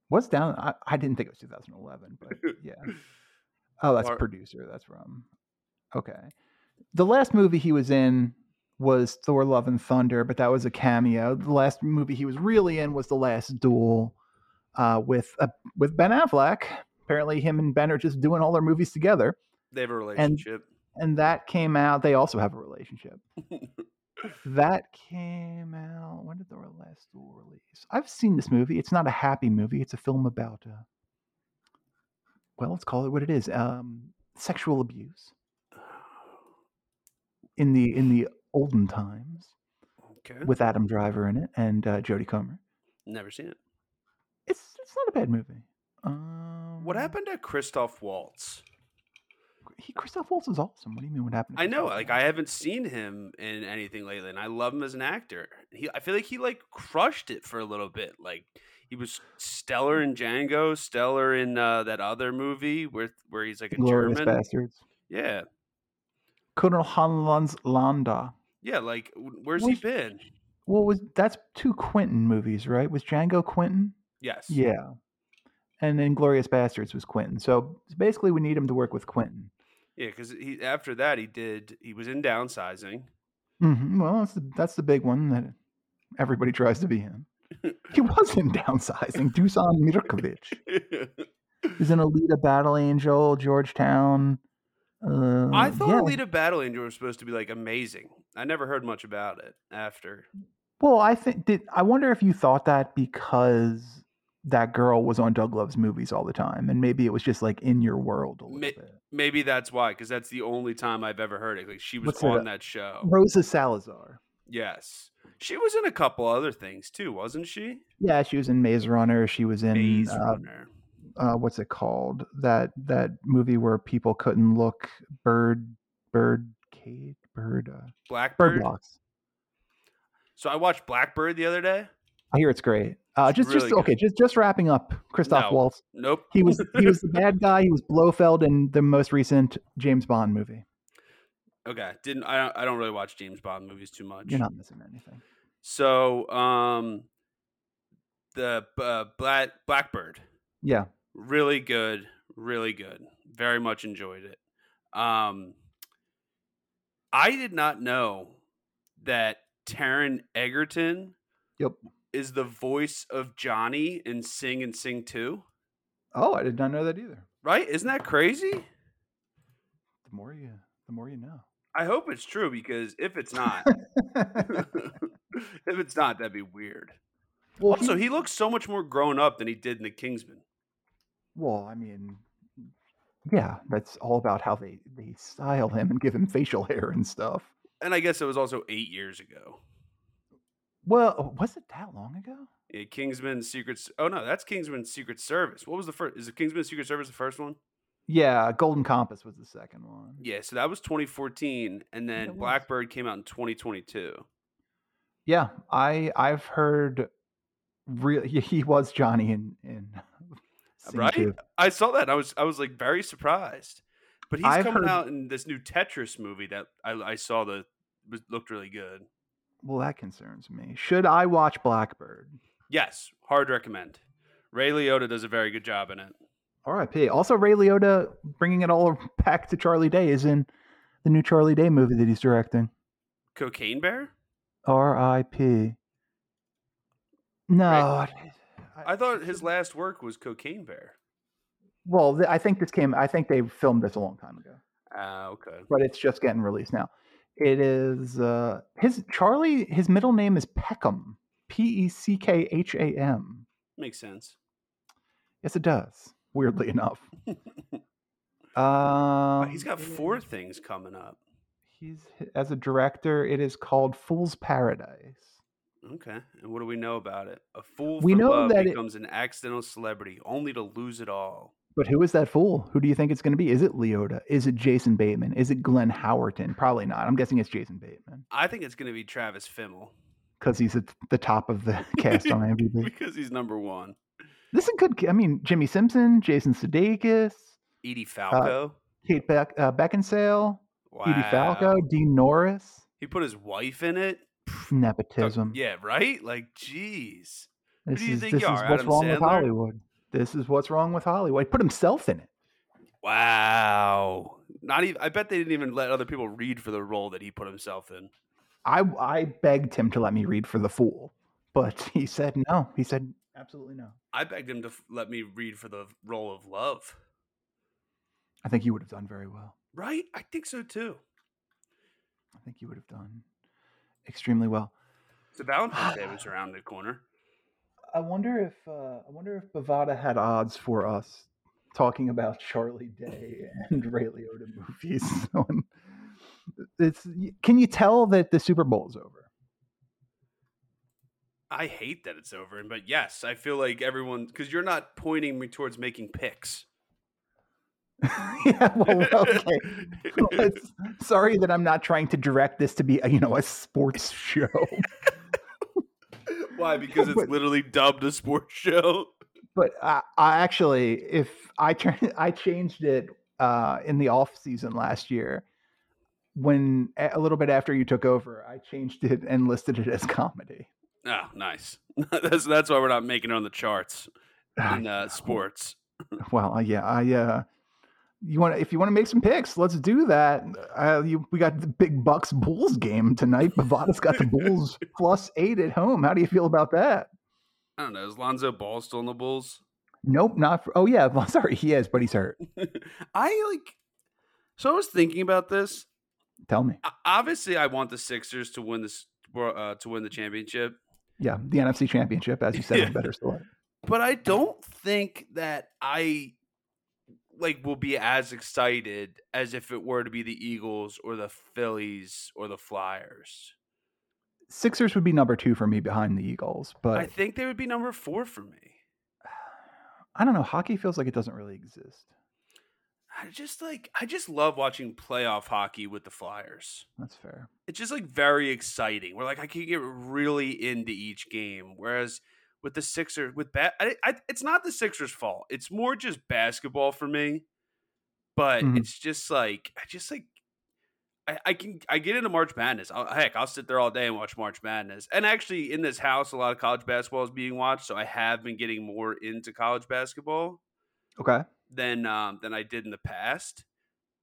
[SPEAKER 1] what's down? I, I didn't think it was 2011, but yeah. Oh, that's
[SPEAKER 2] Or-
[SPEAKER 1] producer. That's from. Okay. The last movie he was in was Thor: Love and Thunder, but that was a cameo. The last movie he was really in was The Last Duel uh, with uh, with Ben Affleck. Apparently, him and Ben are just doing all their movies together,
[SPEAKER 2] They have a relationship.
[SPEAKER 1] and that came out. They also have a relationship. that came out. When did The Last Duel release? I've seen this movie. It's not a happy movie. It's a film about. Uh, well, let's call it what it is. Um, sexual abuse in the in the olden times
[SPEAKER 2] okay.
[SPEAKER 1] with Adam Driver in it and uh, Jodie Comer.
[SPEAKER 2] Never seen it.
[SPEAKER 1] It's it's not a bad movie. Um,
[SPEAKER 2] What happened to Christoph Waltz?
[SPEAKER 1] He, Christoph Waltz is awesome. What do you mean? What happened? to
[SPEAKER 2] I know,
[SPEAKER 1] Christoph
[SPEAKER 2] like
[SPEAKER 1] Waltz?
[SPEAKER 2] I haven't seen him in anything lately, and I love him as an actor. He, I feel like he like crushed it for a little bit. Like he was stellar in Django, stellar in uh, that other movie where where he's like a
[SPEAKER 1] Glorious
[SPEAKER 2] German.
[SPEAKER 1] Bastards.
[SPEAKER 2] Yeah,
[SPEAKER 1] Colonel Hans Landa.
[SPEAKER 2] yeah. Like, w- where's he
[SPEAKER 1] Was-
[SPEAKER 2] been?
[SPEAKER 1] Well, was that's two Quentin movies, right? Was Django Quentin?
[SPEAKER 2] Yes.
[SPEAKER 1] Yeah. And then Glorious Bastards was Quentin. So basically, we need him to work with Quentin.
[SPEAKER 2] Yeah, because he after that he did he was in downsizing.
[SPEAKER 1] Mhm. Well, that's the, that's the big one that everybody tries to be in. He wasn't downsizing. Dusan Mirkovic is an Alita Battle Angel, Georgetown. Uh,
[SPEAKER 2] I thought
[SPEAKER 1] yeah.
[SPEAKER 2] Alita Battle Angel was supposed to be like amazing. I never heard much about it after.
[SPEAKER 1] Mm. Well, I think did I wonder if you thought that because that girl was on Doug Love's movies all the time, and maybe it was just like in your world a little
[SPEAKER 2] Ma-
[SPEAKER 1] bit.
[SPEAKER 2] Maybe that's why, because that's the only time I've ever heard it. Like she was
[SPEAKER 1] What's it,
[SPEAKER 2] on
[SPEAKER 1] uh,
[SPEAKER 2] that show.
[SPEAKER 1] Rosa Salazar.
[SPEAKER 2] Yes, she was in a couple other things too, wasn't she?
[SPEAKER 1] Yeah, she was in Maze Runner. She was in
[SPEAKER 2] Maze
[SPEAKER 1] uh,
[SPEAKER 2] Runner.
[SPEAKER 1] uh, what's it called? That that movie where people couldn't look. Bird, bird, cage, bird, uh, bird
[SPEAKER 2] Blackbird.
[SPEAKER 1] box.
[SPEAKER 2] So I watched Blackbird the other day.
[SPEAKER 1] I hear it's great. Uh,
[SPEAKER 2] It's
[SPEAKER 1] just,
[SPEAKER 2] really
[SPEAKER 1] just
[SPEAKER 2] good.
[SPEAKER 1] okay. Just, just wrapping up. Christoph
[SPEAKER 2] No.
[SPEAKER 1] Waltz.
[SPEAKER 2] Nope.
[SPEAKER 1] He was, he was the bad guy. He was Blofeld in the most recent James Bond movie.
[SPEAKER 2] Okay. Didn't I? don't- I don't really watch James Bond movies too much.
[SPEAKER 1] You're not missing anything.
[SPEAKER 2] So, um, the uh, Black Blackbird,
[SPEAKER 1] Yeah.
[SPEAKER 2] really good, really good. Very much enjoyed it. Um, I did not know that Taron Egerton,
[SPEAKER 1] Yep.
[SPEAKER 2] is the voice of Johnny in Sing and Sing Two.
[SPEAKER 1] Oh, I did not know that either.
[SPEAKER 2] Right? Isn't that crazy?
[SPEAKER 1] The more you, the more you know.
[SPEAKER 2] I hope it's true because if it's not, if it's not, that'd be weird.
[SPEAKER 1] well,
[SPEAKER 2] Also, he looks so much more grown up than he did in The Kingsman.
[SPEAKER 1] Well, I mean, yeah, that's all about how they they style him and give him facial hair and stuff.
[SPEAKER 2] And I guess it was also eight years ago.
[SPEAKER 1] Well, was it that long ago?
[SPEAKER 2] Yeah, Eh, Kingsman Secret. S- Oh no, that's Kingsman Secret Service. What was the first? Is the Kingsman Secret Service the first one?
[SPEAKER 1] Yeah, Golden Compass was the second one.
[SPEAKER 2] Yeah. So that was 2014, and
[SPEAKER 1] it
[SPEAKER 2] then
[SPEAKER 1] was.
[SPEAKER 2] Blackbird came out in 2022.
[SPEAKER 1] Yeah, I I've heard real he- he was Johnny in in Sing
[SPEAKER 2] Right?
[SPEAKER 1] Two.
[SPEAKER 2] I saw that. and I was I was like very surprised. But he's
[SPEAKER 1] I've
[SPEAKER 2] coming
[SPEAKER 1] heard-
[SPEAKER 2] out in this new Tetris movie that I, I saw that was, looked really good.
[SPEAKER 1] Well, that concerns me. Should I watch Blackbird?
[SPEAKER 2] Yes, hard recommend. Ray Liotta does a very good job in it.
[SPEAKER 1] R.I.P. Also, Ray Liotta bringing it all back to Charlie Day is in the new Charlie Day movie that he's directing.
[SPEAKER 2] Cocaine Bear?
[SPEAKER 1] R.I.P. No, I-
[SPEAKER 2] I thought his last work was Cocaine Bear.
[SPEAKER 1] Well, th- I think this came. I think they filmed this a long time ago,
[SPEAKER 2] Ah, okay.
[SPEAKER 1] but it's just getting released now. It is uh, his Charlie. His middle name is Peckham. P E C K H A M.
[SPEAKER 2] Makes sense.
[SPEAKER 1] Yes, it does. Weirdly enough,
[SPEAKER 2] Wow,
[SPEAKER 1] um,
[SPEAKER 2] he's got four things coming up.
[SPEAKER 1] He's as a director. It is called Fool's Paradise.
[SPEAKER 2] Okay. And what do we know about it? A fool for
[SPEAKER 1] We know
[SPEAKER 2] love
[SPEAKER 1] that it-
[SPEAKER 2] becomes an accidental celebrity only to lose it all.
[SPEAKER 1] But who is that fool? Who do you think it's going to be? Is it Leota? Is it Jason Bateman? Is it Glenn Howerton? Probably not. I'm guessing it's Jason Bateman
[SPEAKER 2] I think it's going to be Travis Fimmel
[SPEAKER 1] because he's at the top of the cast on IMDb.
[SPEAKER 2] because he's number one.
[SPEAKER 1] This is a good. ca- I mean, Jimmy Simpson, Jason Sudeikis, Uh,
[SPEAKER 2] Edie Falco.
[SPEAKER 1] Kate Beck, uh, Beckinsale,
[SPEAKER 2] wow.
[SPEAKER 1] Edie Falco, Dean Norris.
[SPEAKER 2] He put his wife in it. Talk-
[SPEAKER 1] Nepotism.
[SPEAKER 2] Yeah, right? Like, jeez.
[SPEAKER 1] this
[SPEAKER 2] do you
[SPEAKER 1] is
[SPEAKER 2] think
[SPEAKER 1] this
[SPEAKER 2] you
[SPEAKER 1] is
[SPEAKER 2] are,
[SPEAKER 1] what's
[SPEAKER 2] Adam
[SPEAKER 1] wrong with
[SPEAKER 2] Sandler?
[SPEAKER 1] Hollywood. This is what's wrong with Hollywood. He put himself in it.
[SPEAKER 2] Wow. Not even I bet they didn't even let other people read for the role that he put himself in.
[SPEAKER 1] I I begged him to let me read for the fool, but he said no. He said absolutely no.
[SPEAKER 2] I begged him to f- let me read for the role of love.
[SPEAKER 1] I think you would have done very well.
[SPEAKER 2] Right? I think so too.
[SPEAKER 1] I think you would have done extremely well.
[SPEAKER 2] So Valentine's Day was around the corner.
[SPEAKER 1] I wonder if uh, I wonder if Bavada had odds for us talking about Charlie Day and Ray Liotta movies. on- it's can you tell that the Super Bowl is over?
[SPEAKER 2] I hate that it's over, but yes, I feel like everyone because you're not pointing me towards making picks.
[SPEAKER 1] yeah, well, Oh, okay. Let's- sorry that I'm not trying to direct this to be a, you know a sports show.
[SPEAKER 2] Why? Because it's
[SPEAKER 1] But-
[SPEAKER 2] literally dubbed a sports show.
[SPEAKER 1] but I, I actually if i turn i changed it uh in the off season last year when a a little bit after you took over i changed it and listed it as comedy
[SPEAKER 2] Oh, nice. that's that's why we're not making it on the charts in uh, sports.
[SPEAKER 1] well uh, yeah i uh you want if you want to make some picks, let's do that. Uh, you, we got the big Bucks Bulls game tonight. Bavada's got the Bulls plus eight at home. How do you feel about that?
[SPEAKER 2] I don't know. Is Lonzo Ball still in the Bulls?
[SPEAKER 1] Nope, not. For, oh yeah, well, sorry, he is, but he's hurt.
[SPEAKER 2] I like. So I was thinking about this.
[SPEAKER 1] Tell me.
[SPEAKER 2] O- Obviously, I want the Sixers to win this uh, to win the championship,
[SPEAKER 1] Yeah, the NFC Championship, as you said,
[SPEAKER 2] Yeah.
[SPEAKER 1] is better still.
[SPEAKER 2] but I don't think that I like will be as excited as if it were to be the Eagles or the Phillies or the Flyers.
[SPEAKER 1] Sixers would be number two for me behind the Eagles, but
[SPEAKER 2] I think they would be number four for me.
[SPEAKER 1] I don't know. Hockey feels like it doesn't really exist.
[SPEAKER 2] I just like I just love watching playoff hockey with the Flyers.
[SPEAKER 1] That's fair.
[SPEAKER 2] It's just like very exciting. We're like I can get really into each game. Whereas with the Sixers, with bat, I, I, it's not the Sixers' fault. It's more just basketball for me. But
[SPEAKER 1] Mhm.
[SPEAKER 2] it's just like I just like I, I can I get into March Madness. I'll, heck, I'll sit there all day and watch March Madness. And actually, in this house, a lot of college basketball is being watched, so I have been getting more into college basketball
[SPEAKER 1] Okay.
[SPEAKER 2] than um, than I did in the past.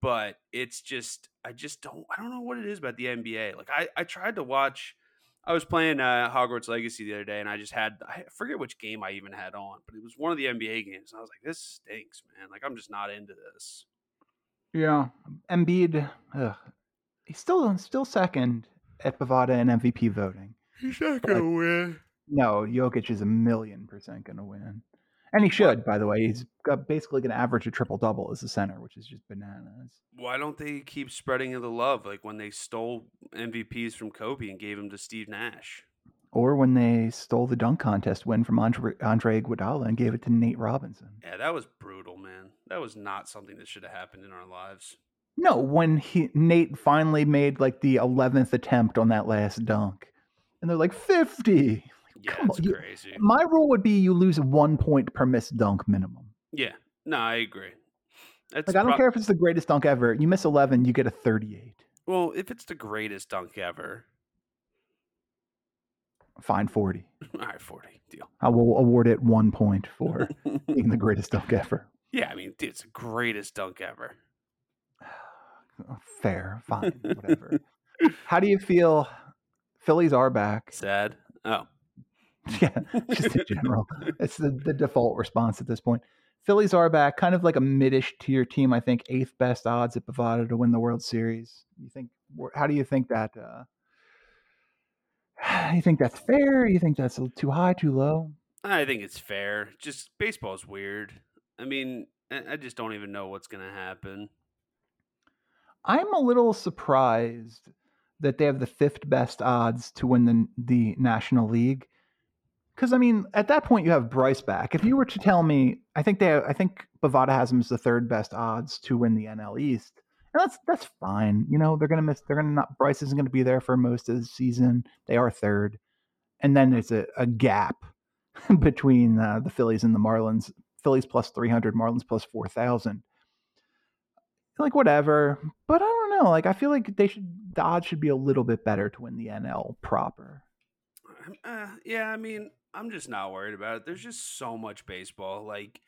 [SPEAKER 2] But it's just I just don't I don't know what it is about the NBA. Like I I tried to watch. I was playing uh, Hogwarts Legacy the other day, and I just had I forget which game I even had on, but it was one of the NBA games, and I was like, "This stinks, man! Like I'm just not into this."
[SPEAKER 1] Yeah, Embiid, ugh, he's still still second at Bavada in MVP voting.
[SPEAKER 2] He's not
[SPEAKER 1] gonna
[SPEAKER 2] win.
[SPEAKER 1] No, Jokic is a million percent going to win, and he should. By the way, he's got basically going to average a triple double as a center, which is just bananas.
[SPEAKER 2] Why don't they keep spreading the love like when they stole MVPs from Kobe and gave them to Steve Nash?
[SPEAKER 1] Or when they stole the dunk contest win from Andre, Andre Iguodala and gave it to Nate Robinson.
[SPEAKER 2] Yeah, that was brutal, man. That was not something that should have happened in our lives.
[SPEAKER 1] No, when he Nate finally made like the eleventh attempt on that last dunk, and they're like fifty.
[SPEAKER 2] Yeah,
[SPEAKER 1] Come on,
[SPEAKER 2] it's
[SPEAKER 1] you-
[SPEAKER 2] crazy.
[SPEAKER 1] My rule would be you lose one point per missed dunk minimum.
[SPEAKER 2] Yeah. No, I agree. That's
[SPEAKER 1] Like I don't
[SPEAKER 2] prob-
[SPEAKER 1] care if it's the greatest dunk ever. You miss eleven, you get a thirty-eight.
[SPEAKER 2] Well, if it's the greatest dunk ever,
[SPEAKER 1] Fine, forty.
[SPEAKER 2] all right, 40. Deal.
[SPEAKER 1] I will award it one point for being the greatest dunk ever.
[SPEAKER 2] yeah, I mean, dude, it's the greatest dunk ever.
[SPEAKER 1] Fair, fine, whatever. How do you feel? Phillies are back.
[SPEAKER 2] Sad. Oh.
[SPEAKER 1] Yeah, just in general. It's the, the default response at this point. Phillies are back, kind of like a mid-ish tier team. I think eighth best odds at Bovada to win the World Series. You think? wh- How do you think that? Uh, you think that's fair? You think that's a little too high, too low?
[SPEAKER 2] I think it's fair. Just baseball's weird. I mean, I I just don't even know what's going to happen.
[SPEAKER 1] I'm a little surprised that they have the fifth best odds to win the the National League. Because I mean, at that point, you have Bryce back. If you were to tell me, I think they, I think Bovada has them as the third best odds to win the NL East, and that's that's fine. You know, they're gonna miss. They're gonna not. Bryce isn't gonna be there for most of the season. They are third, and then there's a, a gap between uh, the Phillies and the Marlins. Phillies plus three hundred, Marlins plus four thousand. Like whatever, but I don't know. Like I feel like they should the odds should be a little bit better to win the NL proper.
[SPEAKER 2] I'm- Uh, yeah, I mean, I'm just not worried about it. There's just so much baseball. Like,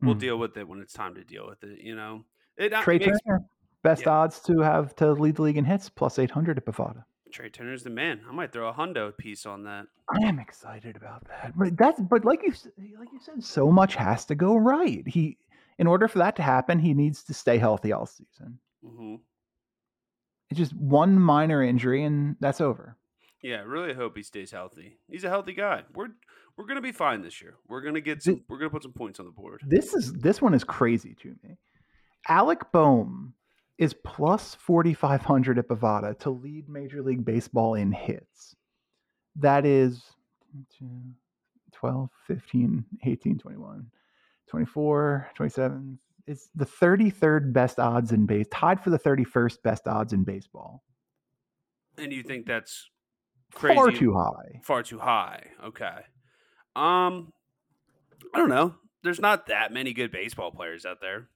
[SPEAKER 2] we'll
[SPEAKER 1] Mm.
[SPEAKER 2] deal with it when it's time to deal with it, you know? It uh,
[SPEAKER 1] Trey
[SPEAKER 2] makes
[SPEAKER 1] Turner, best
[SPEAKER 2] Yeah.
[SPEAKER 1] odds to have to lead the league in hits, plus eight hundred at Bavada.
[SPEAKER 2] Trey Turner's the man. I might throw a hundo piece on that.
[SPEAKER 1] I am excited about that. But that's but like you s- like you said, so much has to go right. He in order for that to happen, he needs to stay healthy all season.
[SPEAKER 2] hmm
[SPEAKER 1] It's just one minor injury and that's over.
[SPEAKER 2] Yeah, I really hope he stays healthy. He's a healthy guy. We're we're gonna be fine this year. We're gonna get some. We're gonna put some points on the board.
[SPEAKER 1] This is this one is crazy to me. Alec Boehm is plus 4500 at Bovada to lead Major League Baseball in hits. That is 12, 15, 18, 21, 24, 27. It's the 33rd best odds in base, tied for the 31st best odds in baseball.
[SPEAKER 2] And you think that's crazy?
[SPEAKER 1] Far too high.
[SPEAKER 2] Far too high. Okay. Um, I don't know. There's not that many good baseball players out there.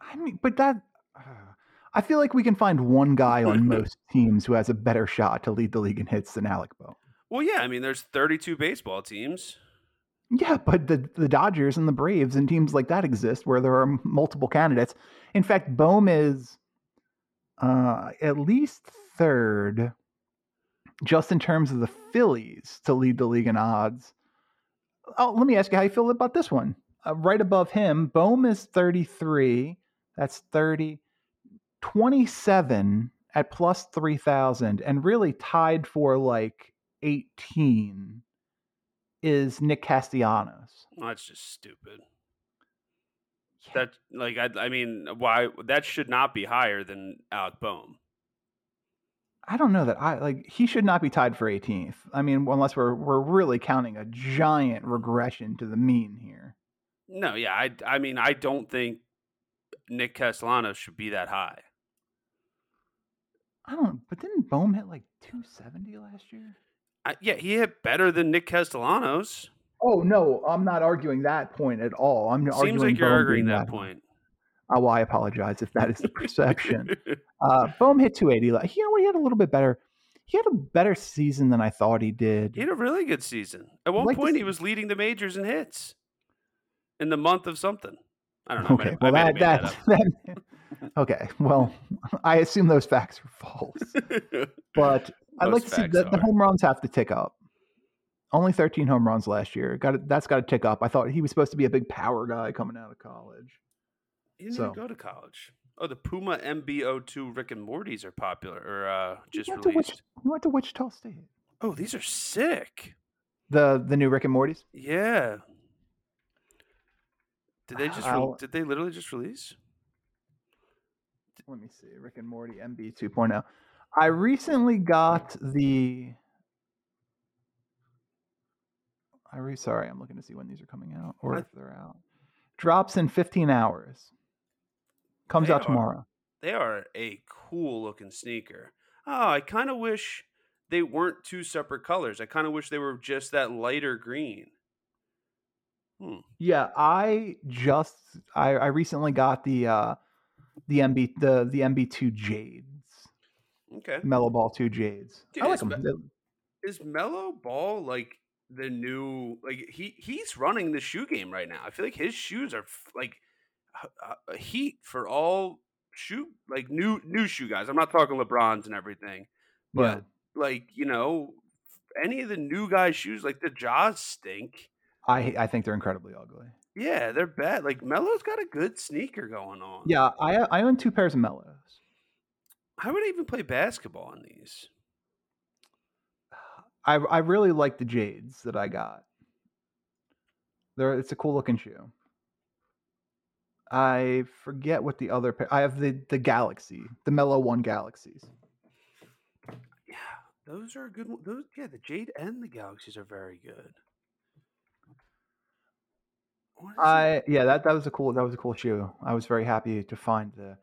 [SPEAKER 1] I mean, but that uh, I feel like we can find one guy on most teams who has a better shot to lead the league in hits than Alec Boehm.
[SPEAKER 2] Well, yeah. I mean, there's 32 baseball teams.
[SPEAKER 1] Yeah, but the the Dodgers and the Braves and teams like that exist where there are m- multiple candidates. In fact, Bohm is uh, at least third, just in terms of the Phillies to lead the league in odds. Oh, let me ask you how you feel about this one. Uh, right above him, Bohm is 33. That's 30. 27 at plus 3,000 and really tied for like 18 is Nick Castellanos.
[SPEAKER 2] Well, that's just stupid. That like I, I mean why that should not be higher than Alec Bohm.
[SPEAKER 1] I don't know that I like he should not be tied for 18th. I mean, unless we're we're really counting a giant regression to the mean here.
[SPEAKER 2] No, yeah, I I mean I don't think Nick Castellanos should be that high.
[SPEAKER 1] I don't. But didn't Bohm hit like 270 last year?
[SPEAKER 2] I, yeah, he hit better than Nick Castellanos.
[SPEAKER 1] Oh no, I'm not arguing that point at all. I'm arguing
[SPEAKER 2] Seems like you're
[SPEAKER 1] Bohm
[SPEAKER 2] arguing
[SPEAKER 1] being
[SPEAKER 2] that point.
[SPEAKER 1] Oh, well, I apologize if that is the perception. uh, Bohm hit 280. la- You know what? He had a little bit better. He had a better season than I thought he did.
[SPEAKER 2] He had a really good season. At one
[SPEAKER 1] Like
[SPEAKER 2] point,
[SPEAKER 1] this-
[SPEAKER 2] he was leading the majors in hits in the month of something. I don't know. I
[SPEAKER 1] okay,
[SPEAKER 2] might- I
[SPEAKER 1] well
[SPEAKER 2] might have
[SPEAKER 1] that
[SPEAKER 2] made that
[SPEAKER 1] that, that- okay. Well, I assume those facts are false,
[SPEAKER 2] up.
[SPEAKER 1] but I'd
[SPEAKER 2] Those
[SPEAKER 1] like to see
[SPEAKER 2] facts
[SPEAKER 1] that the
[SPEAKER 2] are.
[SPEAKER 1] home runs have to tick up. Only 13 home runs last year. Got to, that's got to tick up. I thought he was supposed to be a big power guy coming out of college.
[SPEAKER 2] He didn't
[SPEAKER 1] So-
[SPEAKER 2] even go to college. Oh, the Puma MBO2 Rick and Morty's are popular or uh, just
[SPEAKER 1] he went,
[SPEAKER 2] released.
[SPEAKER 1] to Wich- he went to Wichita State.
[SPEAKER 2] Oh, these are sick.
[SPEAKER 1] The the new Rick and Morty's.
[SPEAKER 2] Yeah. Did they just? Re-
[SPEAKER 1] Wow.
[SPEAKER 2] did they literally just release?
[SPEAKER 1] let me see rick and morty mb 2.0 oh. i recently got the i re sorry i'm looking to see when these are coming out or
[SPEAKER 2] I-
[SPEAKER 1] if they're out drops in 15 hours comes
[SPEAKER 2] They
[SPEAKER 1] out
[SPEAKER 2] are-
[SPEAKER 1] tomorrow
[SPEAKER 2] They are a cool looking sneaker. Oh, I kind of wish they weren't two separate colors. I kind of wish they were just that lighter green. Hmm.
[SPEAKER 1] yeah i just i i recently got the uh the mb the the mb2 jades
[SPEAKER 2] Okay.
[SPEAKER 1] mellow ball 2 jades
[SPEAKER 2] Dude,
[SPEAKER 1] i like
[SPEAKER 2] it's me-
[SPEAKER 1] them
[SPEAKER 2] Is Mellow Ball like the new like he he's running the shoe game right now. I feel like his shoes are f- like h- h- a heat for all shoe like new new shoe guys. I'm not talking LeBrons and everything.
[SPEAKER 1] yeah.
[SPEAKER 2] Like, you know, any of the new guys shoes like the jaws stink.
[SPEAKER 1] i i think they're incredibly ugly
[SPEAKER 2] Yeah, they're bad. Like Melo's got a good sneaker going on.
[SPEAKER 1] yeah i uh, i own two pairs of mellows
[SPEAKER 2] I would even play basketball on these.
[SPEAKER 1] I I really like the jades that I got. They're it's a cool looking shoe. I forget what the other pair. I have the the Galaxy, the Mellow One Galaxies.
[SPEAKER 2] Yeah, those are a good. one- Those yeah, the Jade and the Galaxies are very good. What is it?
[SPEAKER 1] I yeah, that that was a cool that was a cool shoe. I was very happy to find the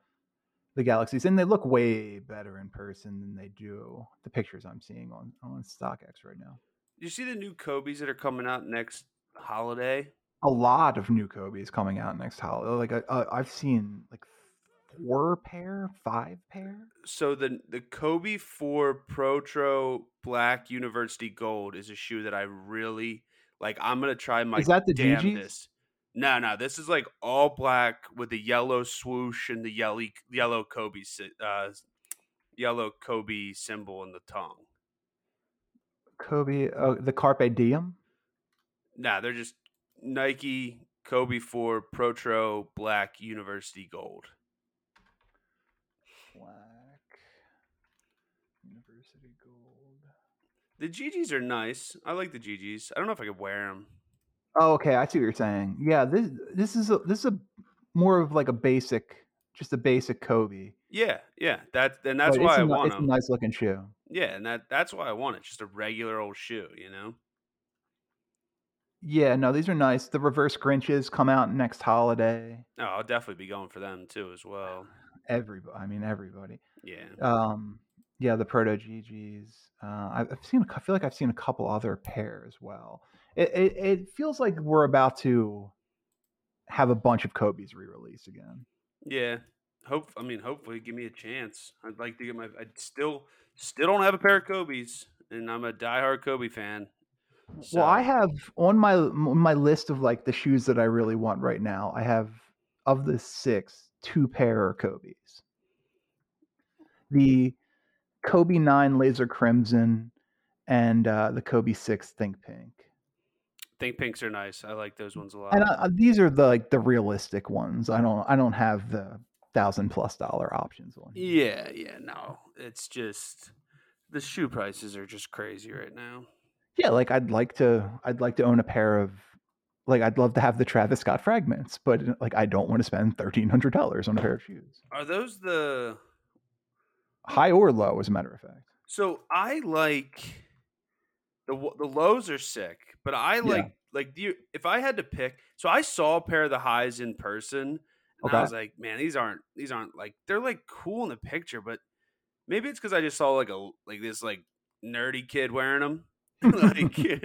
[SPEAKER 1] the Galaxies, and they look way better in person than they do the pictures I'm seeing on on StockX right now.
[SPEAKER 2] you see the new Kobe's that are coming out next holiday?
[SPEAKER 1] a lot of new Kobe's coming out next holiday. Like I, uh, I've seen like four pair, five pair.
[SPEAKER 2] So the the Kobe Four Protro Black University Gold is a shoe that I really like. I'm gonna try my
[SPEAKER 1] Is that the
[SPEAKER 2] damn
[SPEAKER 1] Gigi's?
[SPEAKER 2] this. No, no, this is like all black with the yellow swoosh and the yellow yellow Kobe sy- uh, yellow Kobe symbol in the tongue.
[SPEAKER 1] Kobe, uh, the Carpe Diem.
[SPEAKER 2] Nah, they're just Nike Kobe Four Protro Black University Gold.
[SPEAKER 1] Black University Gold.
[SPEAKER 2] The GGs are nice. I like the GGs. I don't know if I could wear them.
[SPEAKER 1] Oh, okay, I see what you're saying. Yeah, this this is a, this is a more of like a basic, just a basic Kobe.
[SPEAKER 2] Yeah, yeah. That's and that's
[SPEAKER 1] but
[SPEAKER 2] why
[SPEAKER 1] it's
[SPEAKER 2] I
[SPEAKER 1] a, ni-
[SPEAKER 2] want
[SPEAKER 1] It's a
[SPEAKER 2] them.
[SPEAKER 1] nice looking shoe.
[SPEAKER 2] Yeah, and that that's why I want it. Just a regular old shoe, you know.
[SPEAKER 1] Yeah, no, these are nice. The reverse Grinches come out next holiday.
[SPEAKER 2] No, Oh, I'll definitely be going for them too as well.
[SPEAKER 1] Ah. Everybody, I mean everybody.
[SPEAKER 2] Yeah.
[SPEAKER 1] um yeah the proto ggs uh I- i've seen a cou- i feel like i've seen a couple other pair as well it, it, it feels like we're about to have a bunch of kobe's re-release again
[SPEAKER 2] Yeah. Hope I mean hopefully give me a chance. I'd like to get my I still still don't have a pair of Kobe's and I'm a diehard Kobe fan.
[SPEAKER 1] well i
[SPEAKER 2] so-
[SPEAKER 1] have on my on my list of like the shoes that i really want right now i have of the six two pair Kobe's. The Kobe 9 Laser Crimson and uh, the Kobe 6 Think Pink.
[SPEAKER 2] Think pinks are nice. I like those ones a lot.
[SPEAKER 1] And uh, these are the like the realistic ones. I don't I don't have the thousand plus dollar options on. here.
[SPEAKER 2] yeah, yeah, no. It's just the shoe prices are just crazy right now.
[SPEAKER 1] Yeah, like I'd like to I'd like to own a pair of like I'd love to have the Travis Scott fragments, but like I don't want to spend thirteen hundred dollars on a pair of shoes.
[SPEAKER 2] Are those the
[SPEAKER 1] High or low, as a matter of fact.
[SPEAKER 2] So I like the w- the lows are sick, but I like like the if I had to pick, so I saw a pair of the highs in person, and
[SPEAKER 1] Okay.
[SPEAKER 2] I was like, man, these aren't these aren't like they're like cool in the picture, but maybe it's because I just saw like a like this like nerdy kid wearing them. like I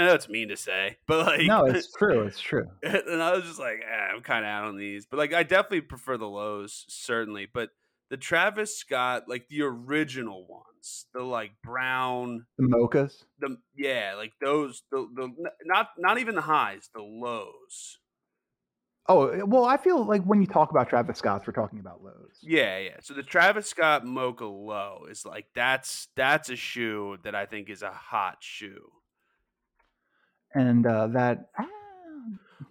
[SPEAKER 2] know it's mean to say, but like
[SPEAKER 1] No, it's true. It's true.
[SPEAKER 2] and I was just like, eh, I'm kind of out on these, but like I definitely prefer the lows, certainly. But the Travis Scott, like the original ones, the like brown,
[SPEAKER 1] The mochas.
[SPEAKER 2] the yeah, like those, the the n- not not even the highs, the lows.
[SPEAKER 1] Oh well, I feel like when you talk about Travis Scott's, we're talking about Lowe's.
[SPEAKER 2] Yeah, yeah. So the Travis Scott Mocha Low is like that's that's a shoe that I think is a hot shoe.
[SPEAKER 1] And uh, that ah,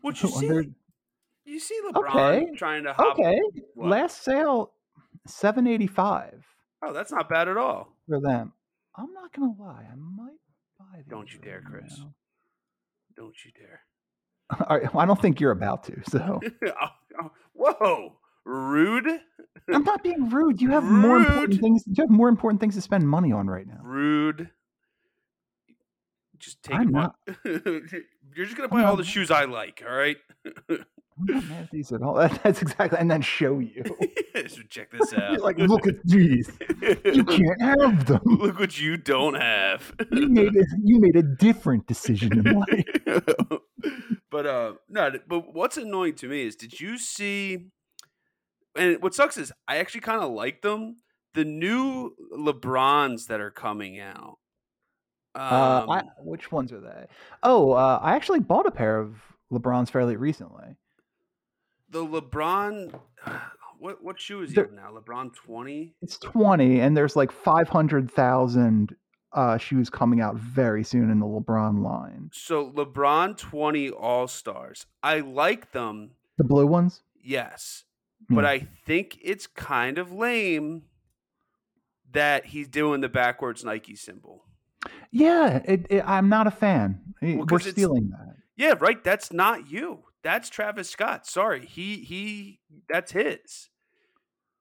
[SPEAKER 2] What you
[SPEAKER 1] I
[SPEAKER 2] see?
[SPEAKER 1] wondered-
[SPEAKER 2] You see LeBron
[SPEAKER 1] Okay,
[SPEAKER 2] trying to hop.
[SPEAKER 1] okay.
[SPEAKER 2] what?
[SPEAKER 1] Last sale, seven eighty five
[SPEAKER 2] Oh, that's not bad at all.
[SPEAKER 1] for them. I'm not gonna lie, I might buy these.
[SPEAKER 2] Don't you dare,
[SPEAKER 1] right
[SPEAKER 2] Chris.
[SPEAKER 1] now.
[SPEAKER 2] Don't you dare.
[SPEAKER 1] All right, well, I don't think you're about to. So
[SPEAKER 2] Oh, oh, Whoa, rude,
[SPEAKER 1] I'm not being rude. You have more important
[SPEAKER 2] Rude.
[SPEAKER 1] things. You have more important things to spend money on right now.
[SPEAKER 2] rude. Just take.
[SPEAKER 1] I'm
[SPEAKER 2] it out. You're just gonna buy
[SPEAKER 1] I'm
[SPEAKER 2] all
[SPEAKER 1] not-
[SPEAKER 2] the shoes I like, all right?
[SPEAKER 1] I'm not mad at these at all. That's exactly. And then show you.
[SPEAKER 2] so check this
[SPEAKER 1] You're
[SPEAKER 2] out.
[SPEAKER 1] like, look at these. You can't have them.
[SPEAKER 2] Look what you don't have.
[SPEAKER 1] You made a, you made a different decision in life.
[SPEAKER 2] but uh, no. th- But what's annoying to me is, did you see? And what sucks is, I actually kind of like them. The new LeBrons that are coming out.
[SPEAKER 1] Uh, I,
[SPEAKER 2] Um,
[SPEAKER 1] which ones are they? Oh, uh, I actually bought a pair of LeBrons fairly recently.
[SPEAKER 2] the LeBron. What what shoe is he
[SPEAKER 1] They're-
[SPEAKER 2] on now? LeBron twenty.
[SPEAKER 1] It's twenty, and there's like five hundred thousand uh, shoes coming out very soon in the LeBron line.
[SPEAKER 2] So LeBron twenty All Stars. I like them,
[SPEAKER 1] The blue ones.
[SPEAKER 2] yes, but I think it's kind of lame that he's doing the backwards Nike symbol.
[SPEAKER 1] Yeah, it, it, I'm not a fan. Eh,
[SPEAKER 2] Well,
[SPEAKER 1] We're
[SPEAKER 2] 'cause it's-
[SPEAKER 1] stealing that.
[SPEAKER 2] Yeah, right. That's not you. That's Travis Scott. Sorry, he he. That's his.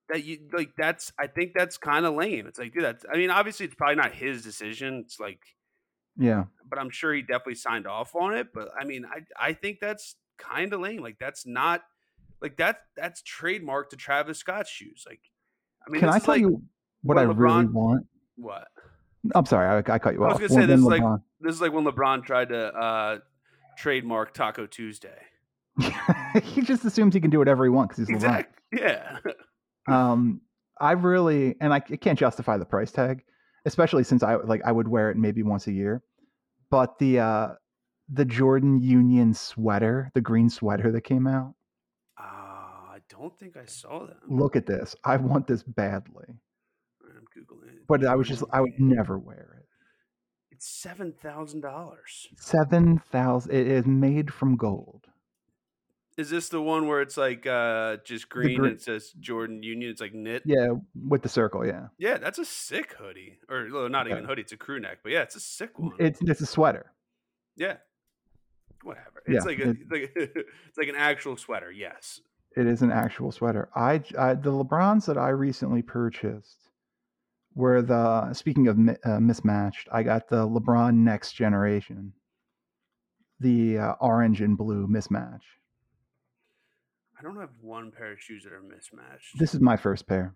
[SPEAKER 2] That you like. That's I think that's kind of lame. It's like, dude. That's I mean, obviously, it's probably not his decision. It's like
[SPEAKER 1] Yeah,
[SPEAKER 2] but I'm sure he definitely signed off on it. But I mean, I I think that's kind of lame. Like that's not like that's that's trademark to Travis Scott's shoes. Like, I mean,
[SPEAKER 1] can
[SPEAKER 2] this
[SPEAKER 1] I
[SPEAKER 2] is
[SPEAKER 1] tell
[SPEAKER 2] like,
[SPEAKER 1] you what
[SPEAKER 2] when
[SPEAKER 1] I really
[SPEAKER 2] LeBron-
[SPEAKER 1] want?
[SPEAKER 2] what
[SPEAKER 1] I'm sorry, I, I cut you
[SPEAKER 2] I was
[SPEAKER 1] off.
[SPEAKER 2] gonna say
[SPEAKER 1] When-
[SPEAKER 2] this
[SPEAKER 1] when
[SPEAKER 2] is like-
[SPEAKER 1] LeBron-
[SPEAKER 2] this is like when LeBron tried to uh trademark Taco Tuesday.
[SPEAKER 1] he just assumes he can do whatever he wants because he's LeBron.
[SPEAKER 2] Exactly. Yeah.
[SPEAKER 1] um i really and I, c- I can't justify the price tag especially since i like i would wear it maybe once a year but the uh the jordan union sweater the green sweater that came out
[SPEAKER 2] Uh, I don't think I saw that.
[SPEAKER 1] look at this i want this badly
[SPEAKER 2] I'm googling it.
[SPEAKER 1] but i was just i would never wear it
[SPEAKER 2] It's seven thousand dollars.
[SPEAKER 1] 7000 it is made from gold
[SPEAKER 2] Is this the one where it's like uh just green
[SPEAKER 1] gre-
[SPEAKER 2] and it says Jordan Union? It's like knit.
[SPEAKER 1] yeah with the circle yeah
[SPEAKER 2] Yeah, that's a sick hoodie, or well, not even
[SPEAKER 1] Okay.
[SPEAKER 2] hoodie. It's a crew neck, but yeah, it's a sick one.
[SPEAKER 1] it's it's a sweater
[SPEAKER 2] yeah, whatever.
[SPEAKER 1] Yeah,
[SPEAKER 2] It's like a,
[SPEAKER 1] it-
[SPEAKER 2] it's like it's like an actual sweater. Yes,
[SPEAKER 1] It is an actual sweater. I, j- I- the LeBrons that I recently purchased were the speaking of mi- uh, mismatched. I got the LeBron Next Generation, the uh, orange and blue mismatch.
[SPEAKER 2] I don't have one pair of shoes that are mismatched.
[SPEAKER 1] This is my first pair.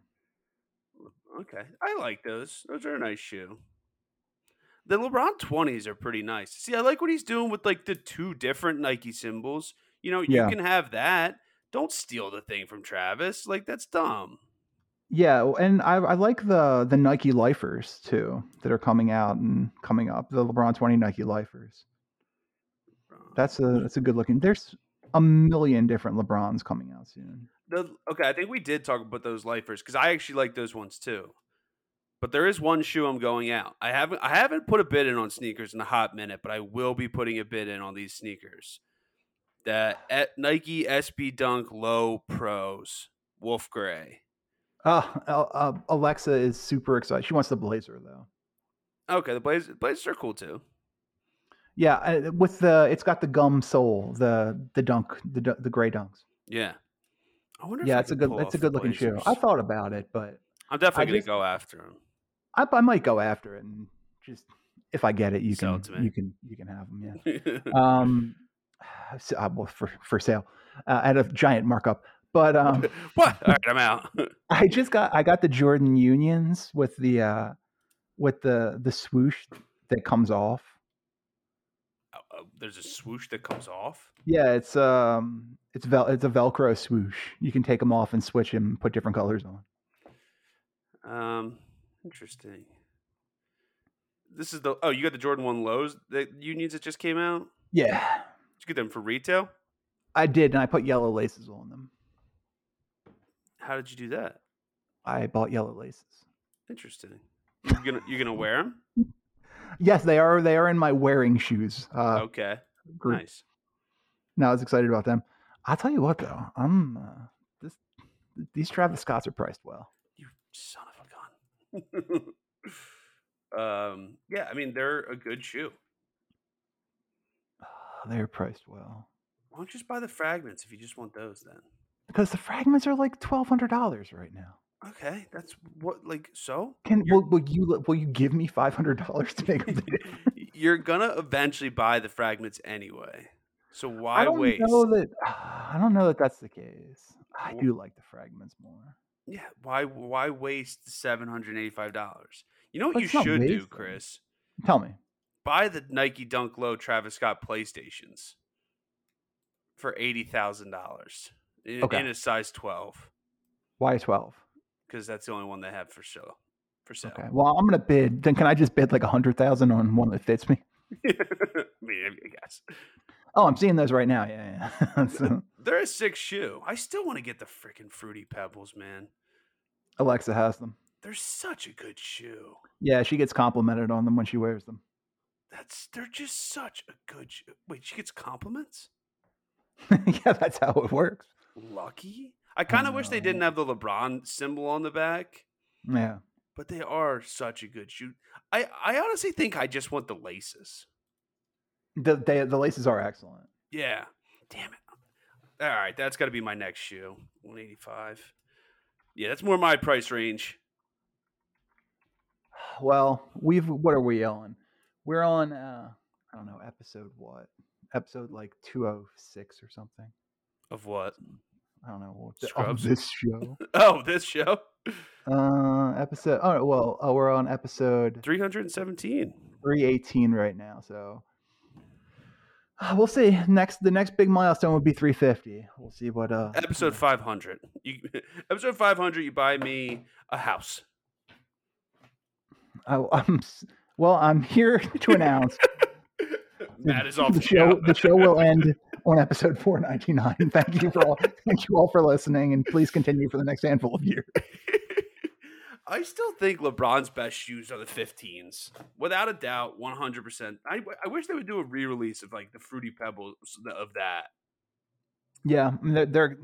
[SPEAKER 2] okay, I like those. Those are a nice shoe. The LeBron twenties are pretty nice. See, I like what he's doing with like the two different Nike symbols. You know, you
[SPEAKER 1] Yeah.
[SPEAKER 2] can have that. Don't steal the thing from Travis. Like that's dumb.
[SPEAKER 1] Yeah, w- and I, I like the the Nike Lifers too that are coming out and coming up. The LeBron twenty Nike Lifers.
[SPEAKER 2] Bro.
[SPEAKER 1] Mm. That's a that's a good looking. There's a million different LeBrons coming out soon.
[SPEAKER 2] The, okay, I think we did talk about those lifers because I actually like those ones too. But there is one shoe I'm going out. I haven't I haven't put a bid in on sneakers in a hot minute, but I will be putting a bid in on these sneakers. The at Nike SB Dunk Low Pros Wolf Gray.
[SPEAKER 1] Uh, uh, Alexa is super excited. She wants the blazer though.
[SPEAKER 2] Okay, the Blazers, Blazers are cool too.
[SPEAKER 1] Yeah, uh, with the it's got the gum sole, the the dunk, the du- the gray dunks.
[SPEAKER 2] Yeah. I wonder.
[SPEAKER 1] yeah,
[SPEAKER 2] I
[SPEAKER 1] it's a
[SPEAKER 2] could
[SPEAKER 1] good
[SPEAKER 2] pull off
[SPEAKER 1] it's a
[SPEAKER 2] the
[SPEAKER 1] good looking shoe.
[SPEAKER 2] Blazers.
[SPEAKER 1] I thought about it, but
[SPEAKER 2] I'm definitely
[SPEAKER 1] I
[SPEAKER 2] gonna
[SPEAKER 1] just-
[SPEAKER 2] go after him.
[SPEAKER 1] I, I might go after it and just if I get it, you
[SPEAKER 2] Sell
[SPEAKER 1] can
[SPEAKER 2] it to me.
[SPEAKER 1] you can you can have them. Yeah. um, so, uh, well, for for sale uh, at a giant markup. But um,
[SPEAKER 2] what? All right, I'm out.
[SPEAKER 1] I just got I got the Jordan Unions with the uh, with the the swoosh that comes off.
[SPEAKER 2] Uh, There's a swoosh that comes off.
[SPEAKER 1] Yeah, it's um it's vel- it's a Velcro swoosh. You can take them off and switch them, put different colors on.
[SPEAKER 2] Um, interesting. This is the oh, you got the Jordan One lows that unions that just came out.
[SPEAKER 1] Yeah,
[SPEAKER 2] Did you get them for retail?
[SPEAKER 1] I did, and I put yellow laces on them.
[SPEAKER 2] How did you do that?
[SPEAKER 1] I bought yellow laces.
[SPEAKER 2] Interesting. You gonna you gonna wear them?
[SPEAKER 1] Yes, they are they are in my wearing shoes. Uh,
[SPEAKER 2] Okay,
[SPEAKER 1] group.
[SPEAKER 2] Oh, nice.
[SPEAKER 1] No, I was excited about them. I'll tell you what, though, I'm uh, this these Travis Scotts are priced well.
[SPEAKER 2] You son of a gun. um, yeah, I mean they're a good shoe.
[SPEAKER 1] They're priced well
[SPEAKER 2] Why don't you just buy the fragments if you just want those then?
[SPEAKER 1] because the fragments are like twelve hundred dollars right now.
[SPEAKER 2] Okay, that's what like so.
[SPEAKER 1] Can
[SPEAKER 2] You're-
[SPEAKER 1] will, will you let- will you give me five hundred dollars to make them?
[SPEAKER 2] You're gonna eventually buy the fragments anyway. So
[SPEAKER 1] I
[SPEAKER 2] why
[SPEAKER 1] don't
[SPEAKER 2] waste?
[SPEAKER 1] know that. I don't know that that's the case. I
[SPEAKER 2] Wh-
[SPEAKER 1] do like the fragments more.
[SPEAKER 2] Yeah, why why waste seven hundred eighty five dollars? You know what
[SPEAKER 1] But
[SPEAKER 2] you
[SPEAKER 1] it's not
[SPEAKER 2] should do,
[SPEAKER 1] wasting.
[SPEAKER 2] Chris?
[SPEAKER 1] Tell me,
[SPEAKER 2] Buy the Nike Dunk Low Travis Scott PlayStations for eighty thousand dollars in
[SPEAKER 1] Okay.
[SPEAKER 2] in a size twelve
[SPEAKER 1] why twelve?
[SPEAKER 2] because that's the only one they have for sale. For sale,
[SPEAKER 1] Okay. Well, I'm gonna bid. Then can I just bid like a hundred thousand on one that fits me?
[SPEAKER 2] I mean, I guess
[SPEAKER 1] Oh, I'm seeing those right now. Yeah, yeah. so,
[SPEAKER 2] they're a six shoe. I still want to get the freaking fruity pebbles, man.
[SPEAKER 1] Alexa has them.
[SPEAKER 2] They're such a good shoe.
[SPEAKER 1] Yeah, she gets complimented on them when she wears them.
[SPEAKER 2] That's they're just such a good. Shoe. Wait, she gets compliments.
[SPEAKER 1] yeah, that's how it works.
[SPEAKER 2] lucky. I kind of wish they didn't have the LeBron symbol on the back,
[SPEAKER 1] Yeah.
[SPEAKER 2] but they are such a good shoot. I, I honestly think I just want the laces.
[SPEAKER 1] The they, the laces are excellent.
[SPEAKER 2] Yeah. Damn it. All right, that's got to be my next shoe. 185. Yeah, that's more my price range.
[SPEAKER 1] Well, we've what are we on? We're on uh I don't know, episode what? Episode like 206 or something.
[SPEAKER 2] Of what?
[SPEAKER 1] I don't know what the, of
[SPEAKER 2] Scrubs.
[SPEAKER 1] this show.
[SPEAKER 2] Oh, this show?
[SPEAKER 1] uh episode Oh, well, oh, we're on episode
[SPEAKER 2] 317.
[SPEAKER 1] 318 right now, so uh, we'll see. Next the next big milestone would be 350. We'll see what uh
[SPEAKER 2] Episode 500. You, episode 500, you buy me a house.
[SPEAKER 1] I, I'm s- well, I'm here to announce
[SPEAKER 2] Matt is off
[SPEAKER 1] the
[SPEAKER 2] the
[SPEAKER 1] show.
[SPEAKER 2] couch.
[SPEAKER 1] The show will end on episode 499. Thank you for all. Thank you all for listening, and please continue for the next handful of years.
[SPEAKER 2] I still think LeBron's best shoes are the 15s, without a doubt, 100. percent I I wish they would do a re-release of like the Fruity Pebbles of that.
[SPEAKER 1] Yeah, I mean, they're, they're.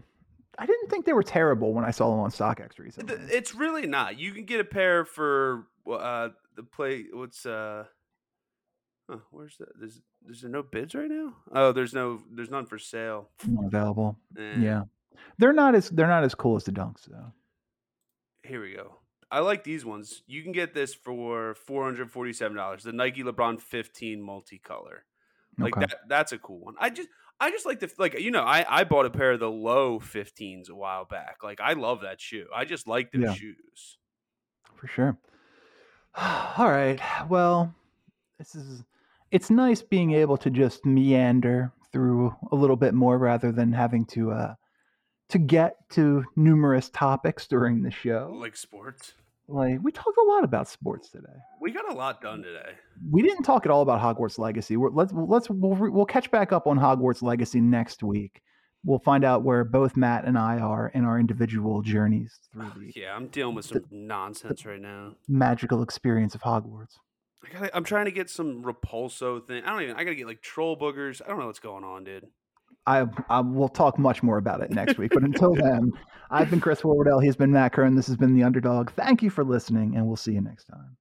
[SPEAKER 1] I didn't think they were terrible when I saw them on StockX recently.
[SPEAKER 2] Th- It's really not. You can get a pair for uh the play. What's uh. Huh, where's that? There's, there's there no bids right now. Oh, there's no, there's none for sale.
[SPEAKER 1] Not available.
[SPEAKER 2] Eh,
[SPEAKER 1] Yeah, they're not as they're not as cool as the Dunks though.
[SPEAKER 2] here we go. I like these ones. You can get this for four hundred forty-seven dollars. The Nike LeBron 15 multicolor. Like
[SPEAKER 1] okay.
[SPEAKER 2] that that's a cool one. I just I just like the like you know, I I bought a pair of the low 15s a while back. Like I love that shoe. I just like the
[SPEAKER 1] Yeah.
[SPEAKER 2] shoes.
[SPEAKER 1] for sure. All right. Well, this is it's nice being able to just meander through a little bit more rather than having to uh to get to numerous topics during the show.
[SPEAKER 2] Like sports.
[SPEAKER 1] Like we talked a lot about sports today.
[SPEAKER 2] We got a lot done today.
[SPEAKER 1] We didn't talk at all about Hogwarts Legacy. We're, let's let's we'll, re- we'll catch back up on Hogwarts Legacy next week we'll find out where both Matt and I are in our individual journeys through the
[SPEAKER 2] Yeah, I'm dealing with some nonsense right now.
[SPEAKER 1] magical experience of Hogwarts.
[SPEAKER 2] I gotta, I'm trying to get some repulso thing. I don't even. I gotta get like troll boogers. I don't know what's going on, dude.
[SPEAKER 1] I, I will talk much more about it next week. But until then, I've been Chris Warwardell. He's been Matt Kern. This has been The Underdog. Thank you for listening, and we'll see you next time.